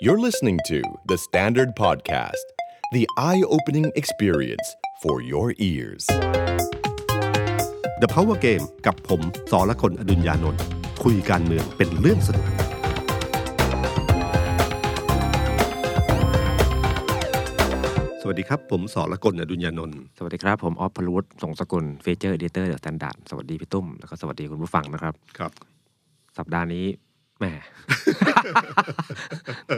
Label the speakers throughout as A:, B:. A: You're listening to The Standard Podcast, the eye opening experience for your ears.
B: The Power Game กับผมสอละคนอดุญญานนท์คุยการเมืองเป็นเรื่องสนุก สวัสดีครับ ผมสอละคนอดุญญานนท์
C: สวัสดีครับ ผมออฟพลวุฒิสงสกุลเฟเจอร์เอดิเตอร์เดอะสแตนดาร์ดสวัสดีพี่ตุ้ม แล้วก็สวัสดีคุณผู้ฟังนะครับ
B: ครับ
C: สัปดาห์นี้แหม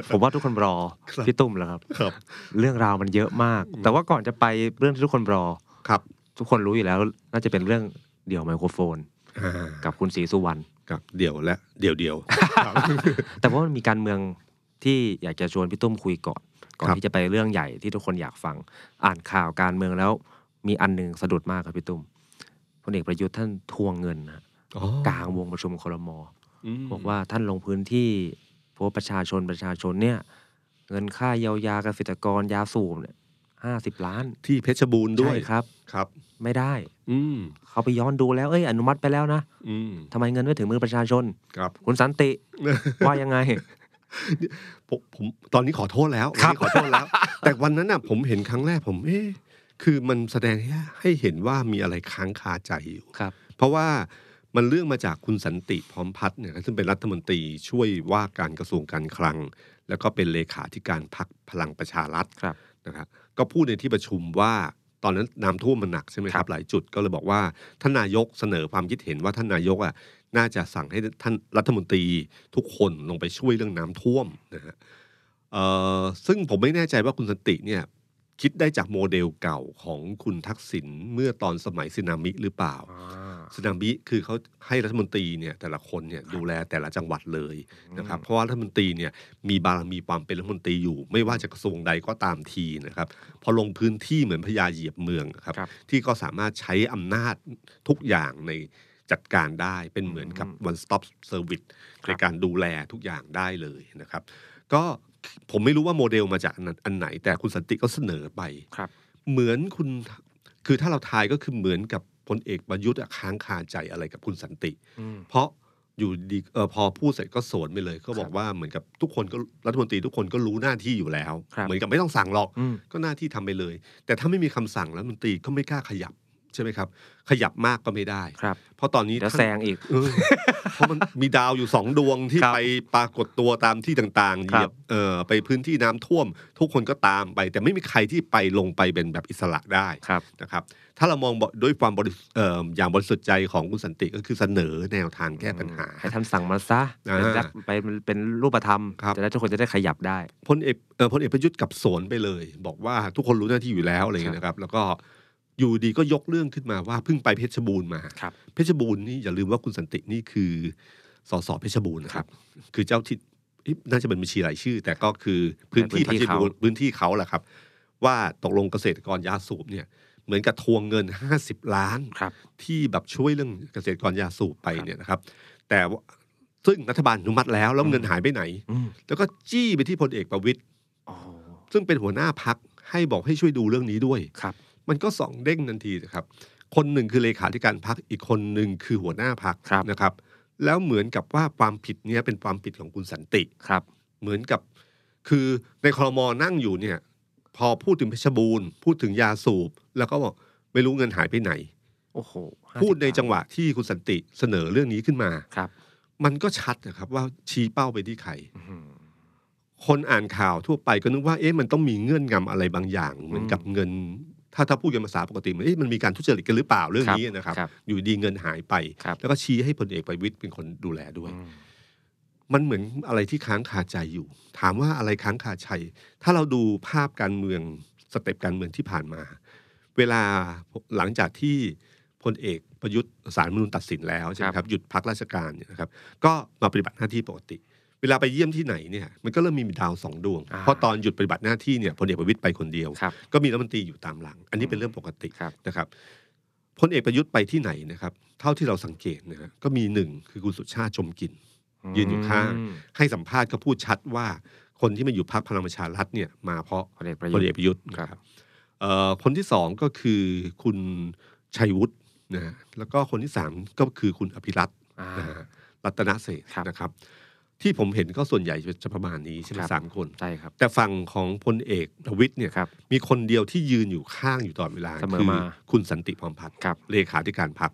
C: ผมว่าทุกคนรอ
B: ครับ
C: พี่ตุ้มแล้วครับ
B: ครับ
C: เรื่องราวมันเยอะมาก แต่ว่าก่อนจะไปเรื่องที่ทุกคนรอ
B: ครับ
C: ทุกคนรู้อยู่แล้ว น่าจะเป็นเรื่องเดี่ยวไมโครโฟน
B: อ่า
C: กับคุณศรีสุวรรณ
B: กับเดี่ยวและเดี่ยวเดียว
C: แต่ว่ามันมีการเมืองที่อยากจะชวนพี่ตุ้มคุยก่อน ก่อน
B: ครับ
C: ที่จะไปเรื่องใหญ่ที่ทุกคนอยากฟัง อ่านข่าวการเมืองแล้ว มีอันหนึงสะดุดมากครับพี่ตุ้มพลเอกประยุทธ์ท่านทวงเงินนะ
B: อ๋อก
C: ลางวงประชุมครม
B: ม
C: บอกว่าท่านลงพื้นที่พบประชาชนประชาชนเนี่ย เงินค่าเยียวยาเกษตรกรยาสูบเนี่ยห้าสิบล้าน
B: ที่เพชรบูรณ์ด้วย
C: ใช่ครับ
B: ครับ
C: ไม่ได้
B: อืม
C: เขาไปย้อนดูแล้วเอ้ยอนุมัติไปแล้วนะ
B: อืม
C: ทำไมเงินไม่ถึงมือประชาชน
B: ครับ
C: คุณสันติ ว่ายังไง
B: ผมผมตอนนี้ขอโทษแล้ว
C: ครับ
B: วันนี้ขอโทษแล้ว แต่วันนั้นน่ะผมเห็นครั้งแรกผมเอ๊ะคือมันแสดงให้ให้เห็นว่ามีอะไรค้างคาใจอยู่
C: ครับ
B: เพราะว่ามันเรื่องมาจากคุณสันติพร้อมพัฒน์เนี่ยซึ่งเป็นรัฐมนตรีช่วยว่าการกระทรวงการคลัง แล้วก็เป็นเลขาธิการพรรคพลังประชารัฐ
C: ครับ
B: นะครับก็พูดในที่ประชุมว่าตอนนั้นน้ำท่วมมันหนักใช่ไหมค
C: ครั
B: รับบ หลายจุดก็เลยบอกว่าท่านนายกเสนอความคิดเห็นว่าท่านนายกอ่ะน่าจะสั่งให้ท่านรัฐมนตรีทุกคนลงไปช่วยเรื่องน้ำท่วมนะฮะเอ่อซึ่งผมไม่แน่ใจว่าคุณสันติเนี่ยคิดได้จากโมเดลเก่าของคุณทักษิณเมื่อตอนสมัยสึนามิหรือเปล่า สึนามิคือเขาให้รัฐมนตรีเนี่ยแต่ละคนเนี่ยดูแลแต่ละจังหวัดเลยนะครับเพราะว่ารัฐมนตรีเนี่ยมีบารมีความเป็นรัฐมนตรีอยู่ ไม่ว่าจะกระทรวงใดก็ตามทีนะครับพอลงพื้นที่เหมือนพญาเหยียบเมืองครับ
C: ครับ
B: ที่ก็สามารถใช้อำนาจทุกอย่างในจัดการได้เป็นเหมือนกับ one stop service
C: ครับ
B: ในการดูแลทุกอย่างได้เลยนะครับ ก็ผมไม่รู้ว่าโมเดลมาจากอันอันไหน แต่คุณสันติก็เสนอไป
C: ครับ
B: เหมือนคุณคือถ้าเราทายก็คือเหมือนกับพลเอกประยุทธ์อะค้างคาใจอะไรกับคุณสันติ
C: อืม
B: เพราะอยู่ดีเออพอพูดเสร็จก็สวนไปเลยก็บอกว่าเหมือนกับทุกคนก็รัฐมนตรีทุกคนก็รู้หน้าที่อยู่แล้ว
C: ครับ
B: เหมือนกับไม่ต้องสั่งหรอก
C: อืม
B: ก็หน้าที่ทำไปเลย แต่ถ้าไม่มีคำสั่งรัฐมนตรีก็ไม่กล้าขยับใช่ไหมครับ ขยับมากก็ไม่ได้
C: ครับ
B: เพราะตอนนี้
C: เดี๋ยว
B: ท่าน
C: แซงอีก
B: เออเพราะมันมีดาวอยู่สองดวงที่
C: ครับ
B: ไปปรากฏตัวตามที่ต่างๆเห
C: ครับ
B: ยียบเออไปพื้นที่น้ำท่วม ทุกคนก็ตามไป แต่ไม่มีใครที่ไปลงไปเป็นแบบอิสระได้
C: ครับ
B: นะครับ ถ้าเรามองด้วยความบริสุทธิ์เอ่ออย่างบริสุทธิ์ใจของคุณสันติก็คือเสนอแนวทางแก้ปัญหา
C: ให้ท่านสั่งมาซะ
B: อ่า
C: เป็นรักไปเป็นรูปธรรม
B: ครับ
C: จะได้ทุกคนจะได้ขยับได้
B: พลเอกเอ่อพลเอกประยุทธ์กลับสวนไปเลย บอกว่าทุกคนรู้หน้าที่อยู่แล้วอะไรอย่างเงี้ยนะครับ แล้วก็อยู่ดีก็ยกเรื่องขึ้นมาว่าเพิ่งไปเพชรบูรณ์มา
C: ครับ
B: เพชรบูรณ์นี่อย่าลืมว่าคุณสันตินี่คือสสเพชรบูรณ์นะครับ คือเจ้าที่เอ๊ะน่าจะเป็นบัญชีรายชื่อ แต่ก็คือพื้นที่
C: พื้
B: เพ
C: น
B: ชร
C: ที่เขา
B: บูรณ์พื้นที่เขาแหละครับ ว่าตกลงเกษตรกรยาสูบเนี่ยเหมือนกับทวงเงิน 50 ล้าน
C: ครับ
B: ที่แบบช่วยเรื่องเกษตรกรยาสูบไปเนี่ยนะครับ แต่ว่าซึ่งรัฐบาลอนุมัติแล้วแล้วเงินหายไปไหน
C: อืม
B: แล้วก็จี้ไปที่พลเอกประวิตย
C: โอ้
B: ซึ่งเป็นหัวหน้าพักให้บอกให้ช่วยดูเรื่องนี้ด้วย
C: ครับ
B: มันก็สองเด้งทันทีนะครับ คนหนึ่งคือเลขาธิการพักอีกคนหนึ่งคือหัวหน้าพัก
C: ครับ
B: นะครับ แล้วเหมือนกับว่าความผิดเนี้ยเป็นความผิดของคุณสันติ
C: ครับ
B: เหมือนกับ คือในคลมนั่งอยู่เนี่ย พอพูดถึงเพชรบูรณ์พูดถึงยาสูบ แล้วก็บอกไม่รู้เงินหายไปไหน
C: โอ้โห
B: พูดในจังหวะที่คุณสันติเสนอเรื่องนี้ขึ้นมา
C: ครับ
B: มันก็ชัดนะครับว่าชี้เป้าไปที่ใคร
C: อื้อหือ
B: คนอ่านข่าวทั่วไปก็นึกว่าเอ๊ะมันต้องมีเงื่อนงำอะไรบางอย่าง เหมือนกับเงิน ถ้าถ้าพูดกันภาษาปกติมันเอ๊ะมันมีการทุจริตกันหรือเปล่าเรื่องนี้นะครับ
C: ครับ
B: อยู่ดีเงินหายไป
C: ครับ
B: แล้วก็ชี้ให้พลเอกประวิตยเป็นคนดูแลด้วย
C: อืม
B: มันเหมือนอะไรที่ค้างคาใจอยู่ ถามว่าอะไรค้างคาใจ ถ้าเราดูภาพการเมืองสเต็ปการเมืองที่ผ่านมา เวลาหลังจากที่พลเอกประยุทธ์สารมนุนตัดสินแล้วใช่ไหมครับหยุดพักราชการเนี่ยนะครับ ก็มาปฏิบัติหน้าที่ปกติ เวลาไปเยี่ยมที่ไหนเนี่ยมันก็เริ่มมีดาวสองดวง
C: อ่า
B: เพราะตอนหยุดปฏิบัติหน้าที่เนี่ยพลเอกประวิตยไปคนเดียว
C: ครับ
B: ก็มีรัฐมนตรีอยู่ตามหลัง อันนี้เป็นเรื่องปกติ
C: ครับ
B: นะครับพลเอกประยุทธ์ไปที่ไหนนะครับ เท่าที่เราสังเกตนะฮะก็มีหนึ่งคือคุณสุชาติชมกลิน ยืนอยู่ข้าง ให้สัมภาษณ์ก็พูดชัดว่า คนที่มาอยู่พรรคพลังประชารัฐเนี่ยมาเพราะ
C: พลเอกประยุ
B: พ
C: ท
B: ล
C: ธ์
B: เอกประยุทธ์
C: ครับ
B: นะครับเอ่อคนที่สองก็คือคุณชัยวุฒินะฮะแล้วก็คนที่สามก็คือคุณอภิรัตน์
C: อ่า
B: นะฮะรัตนเศรษฐ์
C: ครับ
B: นะครับ ที่ผมเห็นก็ส่วนใหญ่จะประมาณนี้ใช่ไหม
C: ครับ
B: สามคน
C: ใช่ครับ
B: แต่ฝั่งของพลเอกประวิทย์เนี่ย
C: ครับ
B: มีคนเดียวที่ยืนอยู่ข้างอยู่ตลอดเวลา
C: เสมอ
B: คื
C: มา
B: คุณสันติพร้อมพัฒน์
C: ครับ
B: เลขาธิการพรรค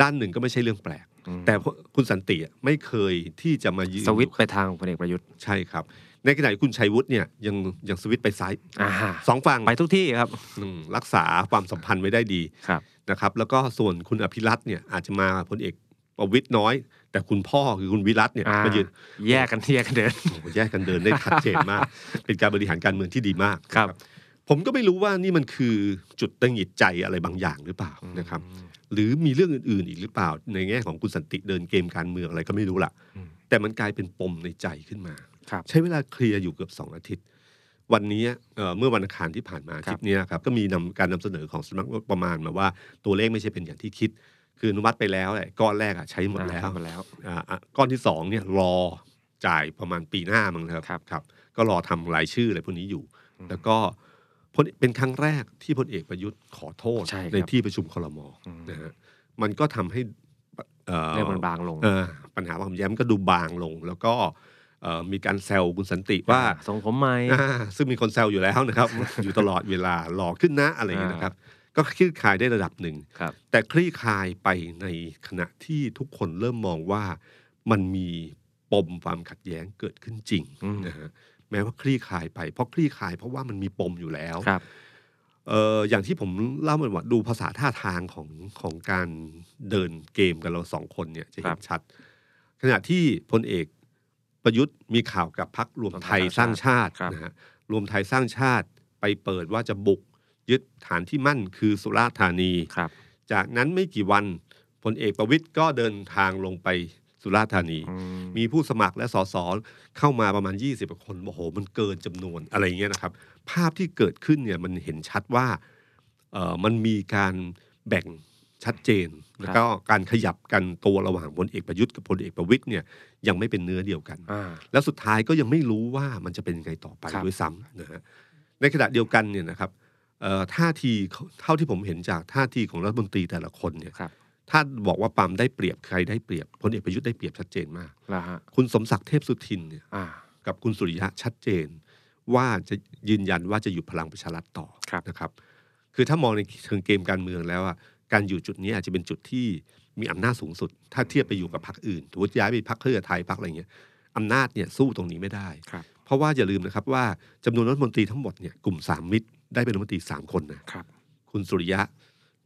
B: ด้านหนึ่งก็ไม่ใช่เรื่องแปลก
C: อืม
B: แต่คุณสันติอะไม่เคยที่จะมายืน
C: สวิ
B: อ
C: ตช์
B: ยู่
C: ไปทางพลเอกประยุทธ์
B: ใช่ครับ ในขณะที่คุณชัยวุฒิเนี่ยยังยังสวิตช์ไปซ้าย
C: อ่าฮะ
B: สองฝั่ง
C: ไปทุกที่ครับ
B: อืมรักษาความสัมพันธ์ไว้ได้ดี
C: ครับ
B: นะครับแล้วก็ส่วนคุณอภิรัตน์เนี่ยอาจจะมาพลเอกประวิตยน้อย แต่คุณพ่อคือคุณวิรัตน์เนี่ย
C: อ่า
B: มายืน
C: แยกกันเทียกกันเดิน
B: โอ้โหแยกกันเดินได้ชัดเจนมาก เป็นการบริหารการเมืองที่ดีมาก
C: ครับ
B: นะผมก็ไม่รู้ว่านี่มันคือจุดตังหงิดใจอะไรบางอย่างหรือเปล่านะครับหรือมีเรื่องอื่นๆอีกหรือเปล่า ในแง่ของคุณสันติเดินเกมการเมืองอะไรก็ไม่รู้ล่ะ
C: อืม
B: แต่มันกลายเป็นปมในใจขึ้นมา
C: ครับ
B: ใช้เวลาเคลียร์อยู่เกือบสองอาทิตย์ วันนี้เอ่อเมื่อวันอังคารที่ผ่านมาอาทิตย์เนี้ยครับก็มีนำการนำเสนอของสำนักงบประมาณมาว่าตัวเลขไม่ใช่เป็นอย่างที่คิด คืออนุมัติไปแล้วแหละก้อนแรกอะใช้หมดแล้ว
C: หมดแล้ว
B: อ่าอ่ะก้อนที่สองเนี่ยรอจ่ายประมาณปีหน้ามั้งนะครับ
C: ครับ
B: ครับ ก็รอทำรายชื่ออะไรพวกนี้อยู่
C: อืม
B: แล้วก็พลเป็นครั้งแรกที่พลเอกประยุทธ์ขอโทษ
C: ใช่ครับ
B: ที่ประชุมคลม
C: อืม
B: นะฮะมันก็ทำให้เอ่อ
C: เรื่องมันบางลง
B: เออปัญหาความแย้มก็ดูบางลง แล้วก็เอ่อมีการแซวคุณสันติว่า
C: ส่งผมไหม
B: อ่าซึ่งมีคนแซวอยู่แล้วนะครับ อยู่ตลอดเวลาหลอกขึ้นนะอะไรอย่างเงี้ย
C: อ่า
B: นะครับ ก็คลี่คลายได้ระดับหนึ่ง
C: ครับ
B: แต่คลี่คลายไปในขณะที่ทุกคนเริ่มมองว่ามันมีปมความขัดแย้งเกิดขึ้นจริง
C: อืม
B: นะฮะแม้ว่าคลี่คลายไปเพราะคลี่คลายเพราะว่ามันมีปมอยู่แล้ว
C: ครับ
B: เอ่ออย่างที่ผมเล่ามันว่าดูภาษาท่าทางของของการเดินเกมกันเราสองคนเนี่ยจะ
C: ค
B: เห็
C: รั
B: น
C: บ
B: ชัด ขณะที่พลเอกประยุทธ์มีข่าวกับพักรวมไทยสร้างชาติ
C: ครับ
B: นะฮะรวมไทยสร้างชาติไปเปิดว่าจะบุกยึดฐานที่มั่นคือสุราษฎร์ธานี
C: ครับ
B: จากนั้นไม่กี่วันพลเอกประวิตย์ก็เดินทางลงไปสุราษฎร์ธานี
C: อืม
B: มีผู้สมัครและสสเข้ามาประมาณ 20กว่าคนโอ้โห มันเกินจำนวนอะไรอย่างเงี้ยนะครับ ภาพที่เกิดขึ้นเนี่ยมันเห็นชัดว่าเออมันมีการแบ่งชัดเจน แล้วก็การขยับกันตัวระหว่างพลเอกประยุทธ์กับพลเอกประวิตยเนี่ยยังไม่เป็นเนื้อเดียวกัน
C: อ่า
B: แล้วสุดท้ายก็ยังไม่รู้ว่ามันจะเป็นยังไงต่อไป
C: ครับ
B: ด้วยซ้ำนะฮะในขณะเดียวกันเนี่ยนะครับเอ่อท่าทีเท่าที่ผมเห็นจากท่าทีของรัฐมนตรีแต่ละคนเนี่ย
C: ครับ
B: ถ้าบอกว่าปามได้เปรียบใครได้เปรียบพลเอกประยุทธ์ได้เปรียบชัดเจนมาก
C: แล้วฮะ
B: คุณสมศักดิ์เทพสุทินเนี่ย
C: อ่า
B: กับคุณสุริยะชัดเจน ว่าจะยืนยันว่าจะอยู่พลังประชารัฐต่อ
C: ครับ
B: นะครับ คือถ้ามองในเชิงเกมการเมืองแล้วอะการอยู่จุดนี้อาจจะเป็นจุดที่มีอำนาจสูงสุด ถ้าเทียบไปอยู่กับพรรคอื่นถือว่าย้ายไปพรรคเพื่อไทยพรรคอะไรเงี้ยอำนาจเนี่ยสู้ตรงนี้ไม่ได้
C: ครับ
B: เพราะว่าอย่าลืมนะครับว่าจำนวนรัฐมนตรีทั้งหมดเนี่ยกลุ่มสามมิตรได้เป็นรัฐมนตรีสามคนนะ
C: ครับ
B: คุณสุริยะ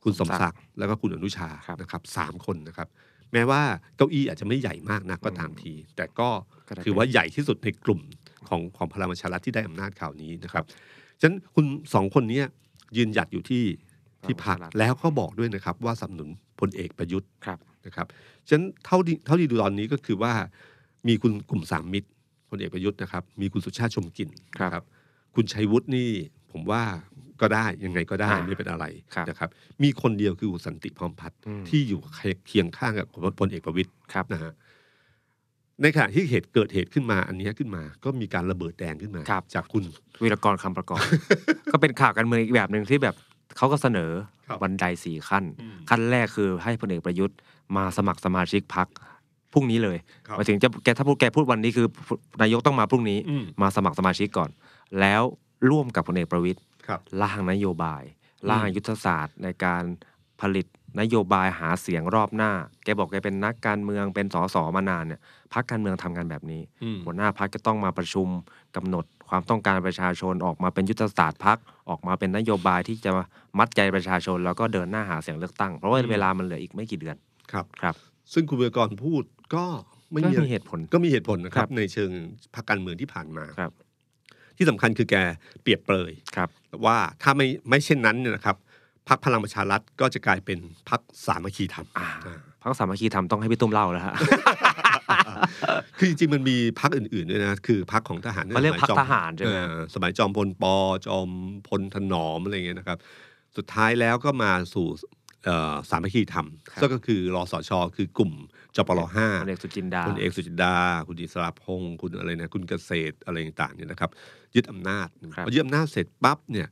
B: คุณสมศักดิ์ แล้วก็คุณอนุชา
C: ครับ
B: นะครับสามคนนะครับ แม้ว่าเก้าอี้อาจจะไม่ใหญ่มากนักก็ตามที แต่ก็
C: ก็ได้
B: ถือว่าใหญ่ที่สุดในกลุ่มของของพลังประชารัฐที่ได้อำนาจข่าวนี้นะครับฉะนั้นคุณสองคนเนี้ยยืนหยัดอยู่ที่ที่พักแล้วก็บอกด้วยนะครับว่าสนับสนุนพลเอกประยุทธ์
C: ครับ
B: นะครับฉะนั้นเท่าที่เท่าที่ดูตอนนี้ก็คือว่ามีคุณกลุ่มสามมิตรพลเอกประยุทธ์นะครับ มีคุณสุชาติชมกลิ่น
C: ครับ
B: นะคุณชัยวุฒินี่ผมว่าก็ได้ยังไงก็ได้
C: อ่า
B: ไม่เป็นอะไร
C: ครับ
B: นะครับมีคนเดียวคือคุณสันติพร้อมพัฒน์
C: อืม
B: ที่อยู่เคียงข้างกับพลเอกประวิตย
C: ครับ
B: นะฮะในขณะที่เหตุเกิดเหตุขึ้นมาอันเนี้ยขึ้นมา ก็มีการระเบิดแดงขึ้นมา
C: ครับ
B: จากคุณ
C: วีรกรคำประกอบ ก็เป็นข่าวการเมืองอีกแบบหนึ่งที่แบบเขาก็เสนอ
B: ครับ
C: บันไดสี่ขั้น
B: อืม
C: ขั้นแรกคือให้พลเอกประยุทธ์มาสมัครสมาชิกพักพรุ่งนี้เลย
B: ครับ
C: หมายถึงจะแกถ้าพูดแกพูดวันนี้คือนายกต้องมาพรุ่งนี้
B: อืม
C: มาสมัครสมาชิกก่อน แล้วร่วมกับพลเอกประวิตย
B: ครับ
C: ร่างนโยบาย ร่างยุทธศาสตร์ในการผลิตนโยบายหาเสียงรอบหน้า แกบอกแกเป็นนักการเมืองเป็นสสมานานเนี่ยพักการเมืองทำงานแบบนี้
B: อืม
C: หัวหน้าพักจะต้องมาประชุมกำหนดความต้องการประชาชนออกมาเป็นยุทธศาสตร์พักออกมาเป็นนโยบายที่จะมัดใจประชาชน แล้วก็เดินหน้าหาเสียงเลือกตั้ง เพราะว่าเวลามันเหลืออีกไม่กี่เดือน
B: ครับ
C: ครับ
B: ซึ่งคุณเบกรพูดก็ไม่
C: ก็
B: มี
C: มีเหตุผล
B: ก็มีเหตุผลนะครั
C: ครับ บ
B: ในเชิงพรรคการเมืองที่ผ่านมา
C: ครับ
B: ที่สำคัญคือแกเปรียบเปรย
C: ครับ
B: ว่าถ้าไม่ไม่เช่นนั้นเนี่ยนะครับพรรคพลังประชารัฐก็จะกลายเป็นพรรคสามัคคีธรรม
C: อ่าพักสามัคคีทำต้องให้พี่ตุ้มเล่าแล้วฮะ
B: คือจริงๆมันมีพักอื่นๆด้วยนะคือพักของทหาร
C: เขาเรียก
B: สมั
C: พร
B: จ
C: รค
B: อม
C: ทหารใช่ไหม
B: เออสมัยจอมพลปจอมพลถนอมอะไรเงี้ยนะครับ สุดท้ายแล้วก็มาสู่เอ่อสามัคคีธรรม
C: ครับ
B: ซึ่งก็คือรอสชคือกลุ่มจปรห้า
C: พลเอกสุจินดา
B: คุณเอกสุจินดา คุณอิสระพงศ์คุณอะไรนะคุณเกษตรอะไรต่างๆเนี่ยนะครับ ยึดอำนาจ
C: ครับ
B: พอยึดอำนาจเสร็จปั๊บเนี่ย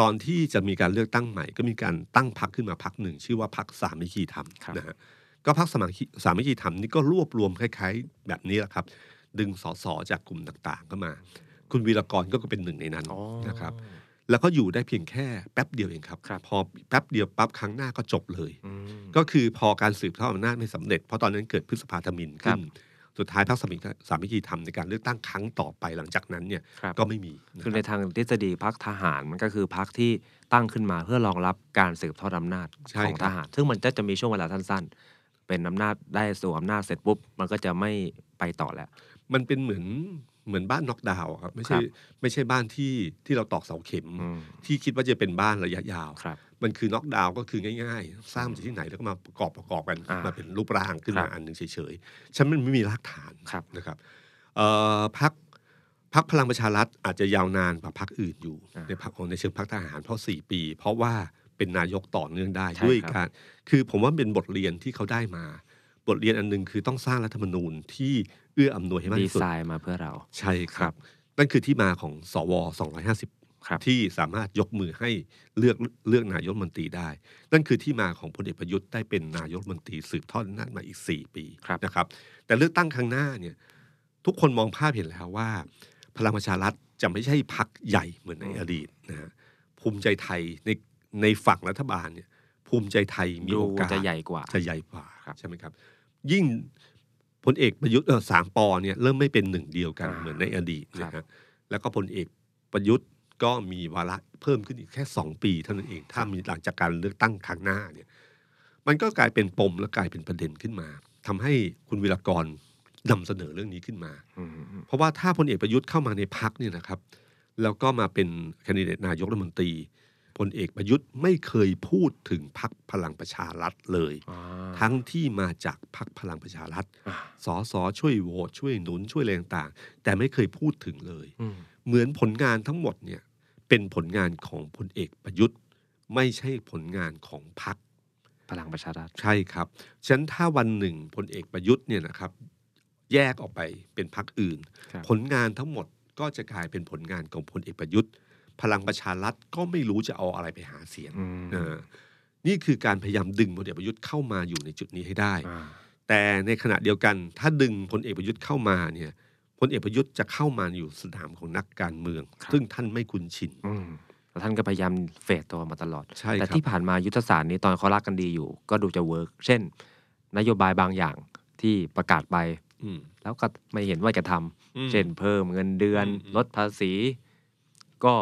B: ตอนที่จะมีการเลือกตั้งใหม่ ก็มีการตั้งพรรคขึ้นมาพรรคหนึ่ง ชื่อว่าพรรคสามัคคีธรรมนะฮะ ก็พรรคสามัคคีสามัคคีธรรมนี่ก็รวบรวมคล้ายๆ แบบนี้แหละครับ ดึงสสจากกลุ่มต่างๆเข้ามา คุณวีรกรก็เป็นหนึ่งในนั้น
C: อ๋อ
B: นะครับ แล้วก็อยู่ได้เพียงแค่แป๊บเดียวเองครับ
C: ครับ
B: พอแป๊บเดียวปั๊บครั้งหน้าก็จบเลย
C: อืม
B: ก็คือพอการสืบทอดอำนาจไม่สำเร็จ เพราะตอนนั้นเกิดพฤษภาธมินขึ้น สุดท้ายพรรคสามิสามิธีทำในการเลือกตั้งครั้งต่อไปหลังจากนั้นเนี่ย
C: ครับ
B: ก็ไม่มีนะ
C: คือ
B: ค
C: ใน
B: รับ
C: ทางทฤษฎีพักทหารมันก็คือพักที่ตั้งขึ้นมาเพื่อรองรับการสืบทอดอำนาจ
B: ใช่
C: ของ
B: ค
C: ท
B: รับ
C: หาร ซึ่งมันก็จะมีช่วงเวลาสั้นๆ เป็นอำนาจได้สู่อำนาจเสร็จปุ๊บ มันก็จะไม่ไปต่อแล้ว
B: มันเป็นเหมือนเหมือนบ้านน็อกดาวน์อะครับไม่ใช่
C: ครับ
B: ไม่ใช่บ้านที่ที่เราตอกเสาเข็ม
C: อืม
B: ที่คิดว่าจะเป็นบ้านระยะยาว
C: ครับ
B: มันคือน็อกดาวน์ก็คือง่ายๆ สร้างมาจากที่ไหนแล้วก็มาประกอบประกอบกัน
C: อ่าม
B: มาเป็นรูปร่างขึ้น
C: ครับ
B: มาอันหนึ่งเฉยๆ ฉันมันไม่มีรากฐาน
C: ครับ
B: นะครับเอ่อพักพักพลังประชารัฐอาจจะยาวนานกว่าพักอื่นอยู่
C: อ่า
B: ในพักในเชิงพักทหารเพราะ 4 ปี เพราะว่าเป็นนายกต่อเนื่องได้
C: ใช่
B: ด้วย
C: ครับ
B: การคือผมว่าเป็นบทเรียนที่เขาได้มา บทเรียนอันหนึงคือต้องสร้างรัฐธรรมนูญที่เอื้ออำนวยให้มาก
C: ดี
B: ที่สุ
C: ไซ
B: ด
C: น์มาเพื่อเรา
B: ใช่ค
C: ครั
B: รับ
C: บ
B: นั่นคือที่มาของสว
C: ครับ
B: 250 ที่สามารถยกมือให้เลือกเลือกนายกรัฐมนตรีได้ นั่นคือที่มาของพลเอกประยุทธ์ได้เป็นนายกรัฐมนตรีสืบทอดอำนาจมาอีก 4 ปี
C: ครับ
B: นะครับ แต่เลือกตั้งครั้งหน้าเนี่ยทุกคนมองภาพเห็นแล้วว่า พลังประชารัฐจะไม่ใช่พักใหญ่เหมือนในอดีตนะฮะภูมิใจไทยในในฝั่งรัฐบาลเนี่ยภูมิใจไทยมี
C: ดู
B: โอกาส
C: จะใหญ่กว่า
B: จะใหญ่กว่า
C: ครับ
B: ใช่ไหมครับ ยิ่งพลเอกประยุทธ์เออสามปอเนี่ยเริ่มไม่เป็นหนึ่งเดียวกัน
C: อ่า
B: เหมือนในอดีต
C: ครับ
B: นะฮะแล้วก็พลเอกประยุทธ์ก็มีวาระเพิ่มขึ้นอีกแค่สองปีเท่านั้นเอง ถ้ามีหลังจากการเลือกตั้งครั้งหน้าเนี่ยมันก็กลายเป็นปมและกลายเป็นประเด็นขึ้นมาทำให้คุณวิรากรนำเสนอเรื่องนี้ขึ้นมา
C: อืมอืม
B: เพราะว่าถ้าพลเอกประยุทธ์เข้ามาในพักเนี่ยนะครับแล้วก็มาเป็นแคนดิเดตนายกรัฐมนตรีพลเอกประยุทธ์ไม่เคยพูดถึงพักพลังประชารัฐเลย
C: อ่า
B: ทั้งที่มาจากพรรคพลังประชารัฐ
C: อ่า
B: สสช่วยโหวตช่วยหนุนช่วยอะไรต่างๆ แต่ไม่เคยพูดถึงเลย
C: อืม
B: เหมือนผลงานทั้งหมดเนี่ยเป็นผลงานของพลเอกประยุทธ์ ไม่ใช่ผลงานของพรรค
C: พลังประชารัฐ
B: ใช่ครับ ฉะนั้นถ้าวันหนึ่งพลเอกประยุทธ์เนี่ยนะครับแยกออกไปเป็นพรรคอื่น
C: ครับ
B: ผลงานทั้งหมดก็จะกลายเป็นผลงานของพลเอกประยุทธ์ พลังประชารัฐก็ไม่รู้จะเอาอะไรไปหาเสียง
C: อืม
B: เออนี่คือการพยายามดึงพลเอกประยุทธ์เข้ามาอยู่ในจุดนี้ให้ได้
C: อ่า
B: แต่ในขณะเดียวกันถ้าดึงพลเอกประยุทธ์เข้ามาเนี่ยพลเอกประยุทธ์จะเข้ามาอยู่สนามของนักการเมือง ซึ่งท่านไม่คุ้นชิน
C: อืมแล้วท่านก็พยายามเฟดตัวมาตลอด
B: ใช่
C: แต่
B: ครับ
C: ที่ผ่านมายุทธศาสตร์นี้ตอนเขารักกันดีอยู่ ก็ดูจะเวิร์กเช่น นโยบายบางอย่างที่ประกาศไป
B: อืม
C: แล้วก็ไม่เห็นว่าจะทำ
B: อืม
C: เช่นเพิ่มเงินเดือน
B: อืมอืม
C: ลดภาษี ก็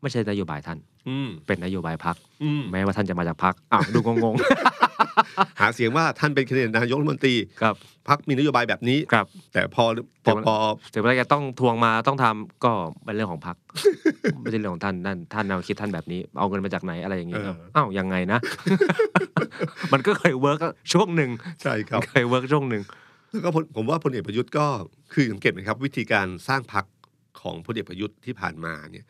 C: ไม่ใช่นโยบายท่าน
B: อืม
C: เป็นนโยบายพัก
B: อืม
C: แม้ว่าท่านจะมาจากพักอ้าวดูงง
B: หาเสียงว่าท่านเป็นแคนดิเดตนายกรัฐมนตรี
C: ๆ ครับ
B: พักมีนโยบายแบบนี้
C: ครับ
B: แต่พอพ
C: แต่
B: อ
C: ว่า
B: พอ
C: ถึงเวลาจะต้องทวงมาต้องทำก็เป็นเรื่องของพัก ไม่ใช่เรื่องของท่านนั่นท่านเอาคิดท่านแบบนี้ เอาเงินมาจากไหนอะไรอย่างนี้ครับอ้าวยังไงนะ มันก็เคยเวิร์กช่วงหนึ่ง
B: ใช่ครับ
C: เคยเวิร์กช่วงหนึ่ง
B: แล้วก็พลผมว่าพลเอกประยุทธ์ก็คือสังเกตไหมครับ วิธีการสร้างพักของพลเอกประยุทธ์ที่ผ่านมาเนี่ย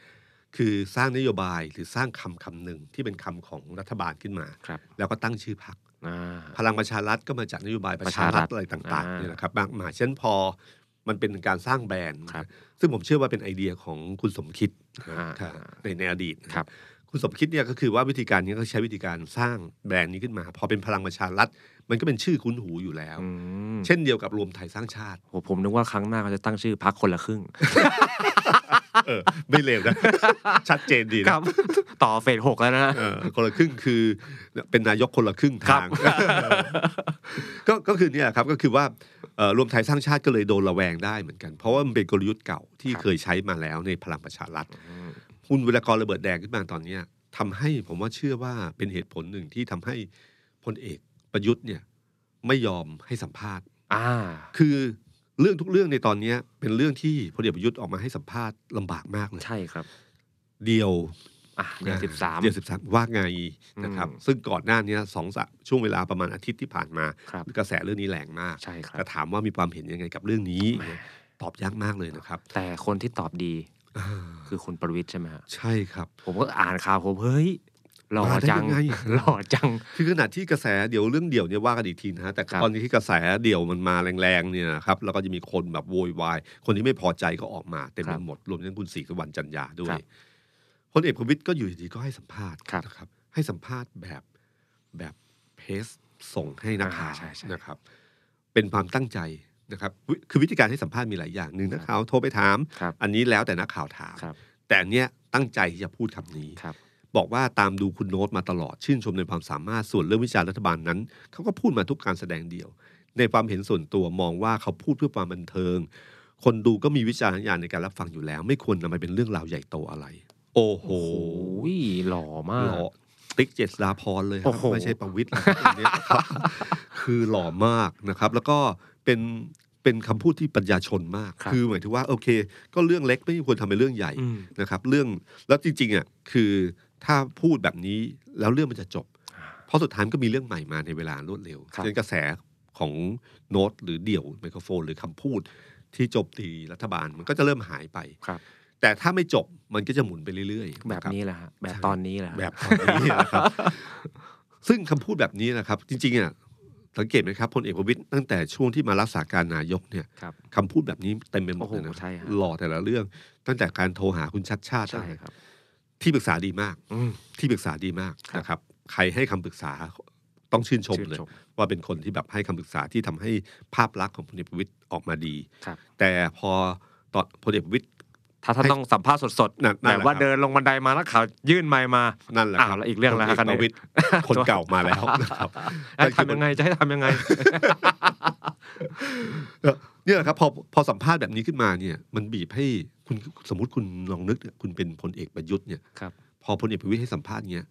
B: คือสร้างนโยบายหรือสร้างคำคำหนึ่งที่เป็นคำของรัฐบาลขึ้นมา
C: ครับ
B: แล้วก็ตั้งชื่อพัก
C: อ่า
B: พลังประชารัฐก็มาจากนโยบายประชา
C: ประชารั
B: รั
C: ฐ
B: ฐอะไรต่าง
C: อ่า
B: ๆเนี่ยนะครับมากมายเช่นพอมันเป็นการสร้างแบรนด์
C: ครับ
B: ซึ่งผมเชื่อว่าเป็นไอเดียของคุณสมคิดนะครับ
C: อ่า
B: ในในอดีตนะครับ คุณสมคิดเนี่ยก็คือว่าวิธีการนี้ก็ใช้วิธีการสร้างแบรนด์นี้ขึ้นมา พอเป็นพลังประชารัฐมันก็เป็นชื่อคุ้นหูอยู่แล้ว
C: อืม
B: เช่นเดียวกับรวมไทยสร้างชาติ
C: โหผมนึกว่าครั้งหน้าเขาจะตั้งชื่อพักคนละครึ่ง
B: เออ ไม่เลวนะ ชัดเจนดี
C: ค
B: นะ
C: รับ ต่อเฟสหกแล้วนะ
B: เออคนละครึ่งคือเป็นนายกคนละครึ่งทาง ก็ก็คือเนี่ยครับก็คือว่าเอ่อรวมไทยสร้างชาติก็เลยโดนระแวงได้เหมือนกัน เพราะว่ามันเป็นกลยุทธ์เก่าที่
C: ครับ
B: เคยใช้มาแล้วในพลังประชารัฐ
C: อืม
B: คุณวิรากรระเบิดแดงขึ้นมาตอนเนี้ยทำให้ผมว่าเชื่อว่าเป็นเหตุผลหนึ่งที่ทำให้พลเอกประยุทธ์เนี่ยไม่ยอมให้สัมภาษณ์
C: อ่า
B: คือเรื่องทุกเรื่องในตอนเนี้ยเป็นเรื่องที่พลเอกประยุทธ์ออกมาให้สัมภาษณ์ลำบากมากเลย
C: ใช่ครับ
B: เดียว
C: อ่ะเดือนสิบสาม
B: เดือนสิบสามว่าไงนะครับ
C: อืม
B: ซึ่งก่อนหน้านี้สองสะช่วงเวลาประมาณอาทิตย์ที่ผ่านมา
C: ครับ
B: กระแสเรื่องนี้แรงมาก
C: ใช่ครับ
B: แต่ถามว่ามีความเห็นยังไงกับเรื่องนี้
C: แหม
B: ตอบยากมากเลยนะครับ
C: แต่คนที่ตอบดี
B: อ่า
C: คือคุณประวิทย์ใช่ไหมฮะ
B: ใช่ครับ
C: ผมก็อ่านข่าวผมเฮ้ยหล่อ
B: มาได้
C: จัง
B: ยังไง
C: หล่อจัง
B: คือขนาดที่กระแสเดี๋ยวเรื่องเดี่ยวเนี่ยว่ากันอีกทีนะฮะแต่
C: ครับ
B: ตอนนี้ที่กระแสเดี่ยวมันมาแรงๆเนี่ยนะครับแล้วก็จะมีคนแบบโวยวายคนที่ไม่พอใจก็ออกมาเต็ม
C: ค
B: ไป
C: รับ
B: หมดรวมทั้งคุณศรีสุวรรณจันยาด้ว
C: ครั
B: ย
C: บ
B: พลเอกประวิตยก็อยู่ดีๆก็ให้สัมภาษณ์
C: ครับ
B: นะครับ ให้สัมภาษณ์แบบแบบเพสส่งให้นักข่าว
C: อ่าใช่ใช่
B: นะครับ เป็นความตั้งใจ นะครับวิคือวิธีการให้สัมภาษณ์มีหลายอย่างหนึ่งนักข่าวโทรไปถาม
C: ครับ
B: อันนี้แล้วแต่นักข่าวถาม
C: ครับ
B: แต่อันเนี้ยตั้งใจที่จะพูดคำนี้
C: ครับ
B: บอกว่าตามดูคุณโน้ตมาตลอดชื่นชมในความสามารถส่วนเรื่องวิจารณ์รัฐบาลนั้น เขาก็พูดมาทุกการแสดงเดียว ในความเห็นส่วนตัวมองว่าเขาพูดเพื่อความบันเทิง คนดูก็มีวิจารณญาณในการรับฟังอยู่แล้ว ไม่ควรนำไปเป็นเรื่องราวใหญ่โตอะไร โอ้โห
C: โอ้โหหล่อมาก
B: หล่อติ๊กเจษฎาพรเลยค
C: โอ้
B: รับ
C: โห
B: ไม่ใช่ประวิตรนะครับอันเนี้ยครับคือหล่อมากนะครับ แล้วก็เป็นเป็นคำพูดที่ปัญญาชนมาก
C: ครับ
B: อหมายถึงว่าโอเค ก็เรื่องเล็กไม่ควรทำเป็นเรื่องใหญ่
C: อืม
B: นะครับเรื่องแล้วจริงๆอ่ะคือถ้าพูดแบบนี้แล้วเรื่องมันจะจบ เพราะสุดท้ายมันก็มีเรื่องใหม่มาในเวลารวดเร็ว
C: ครับ
B: เช่นกระแสของโน้ตหรือเดี่ยวไมโครโฟน หรือคำพูดที่โจบตีรัฐบาลมันก็จะเริ่มหายไป
C: ครับ
B: แต่ถ้าไม่จบมันก็จะหมุนไปเรื่อย
C: แบบ
B: ๆะครั
C: นี้แหละฮะ แบบ
B: ใช่
C: ตอนนี้แหละฮะ
B: แบบตอนนี้นะครับ ซึ่งคำพูดแบบนี้นะครับ จริงๆอ่ะสังเกตไหมครับพลเอกประวิตยตั้งแต่ช่วงที่มารักษาการนายกเนี่ย
C: ครับ
B: คำพูดแบบนี้เต็มไปหมดเลยนะ
C: โอ้โหใช่ฮะ
B: หล่อแต่ละเรื่อง ตั้งแต่การโทรหาคุณชัดชาติ
C: ใช่ครับ
B: ที่ปรึกษาดีมาก
C: อืม
B: ที่ปรึกษาดีมาก
C: ครับ
B: นะครับ ใครให้คำปรึกษาต้องชื่นชม
C: ชื่น
B: เลย
C: ชม
B: ว่าเป็นคนที่แบบให้คำปรึกษาที่ทำให้ภาพลักษณ์ของพลเอกประวิตยออกมาดี
C: ครับ
B: แต่พอตอนพลเอกประวิตย
C: ถ้าท่าน
B: ให้
C: ต้องสัมภาษณ์สด
B: นั่น
C: ๆ
B: นั่
C: แบ
B: นแห
C: บ
B: ละครั
C: ว่า
B: บ
C: เดินลงบันไดมาแล้วข่าวยื่นไมค์มา
B: นั่นแหละค
C: อ้า
B: รับ
C: วแล้วอีกเรื่องแล้ว
B: พล
C: ฮะ
B: ประวิตยคนเก่ามา แล้วนะครับ
C: จะให้ทำยังไงจะให้ทำยังไง
B: เนี่ยแหละครับพอพอสัมภาษณ์แบบนี้ขึ้นมาเนี่ย มันบีบให้คุณสมมติคุณลองนึกเนี่ยคุณเป็นพลเอกประยุทธ์เนี่ย
C: ครับ
B: พอพลเอกประวิตยให้สัมภาษณ์เงี้ย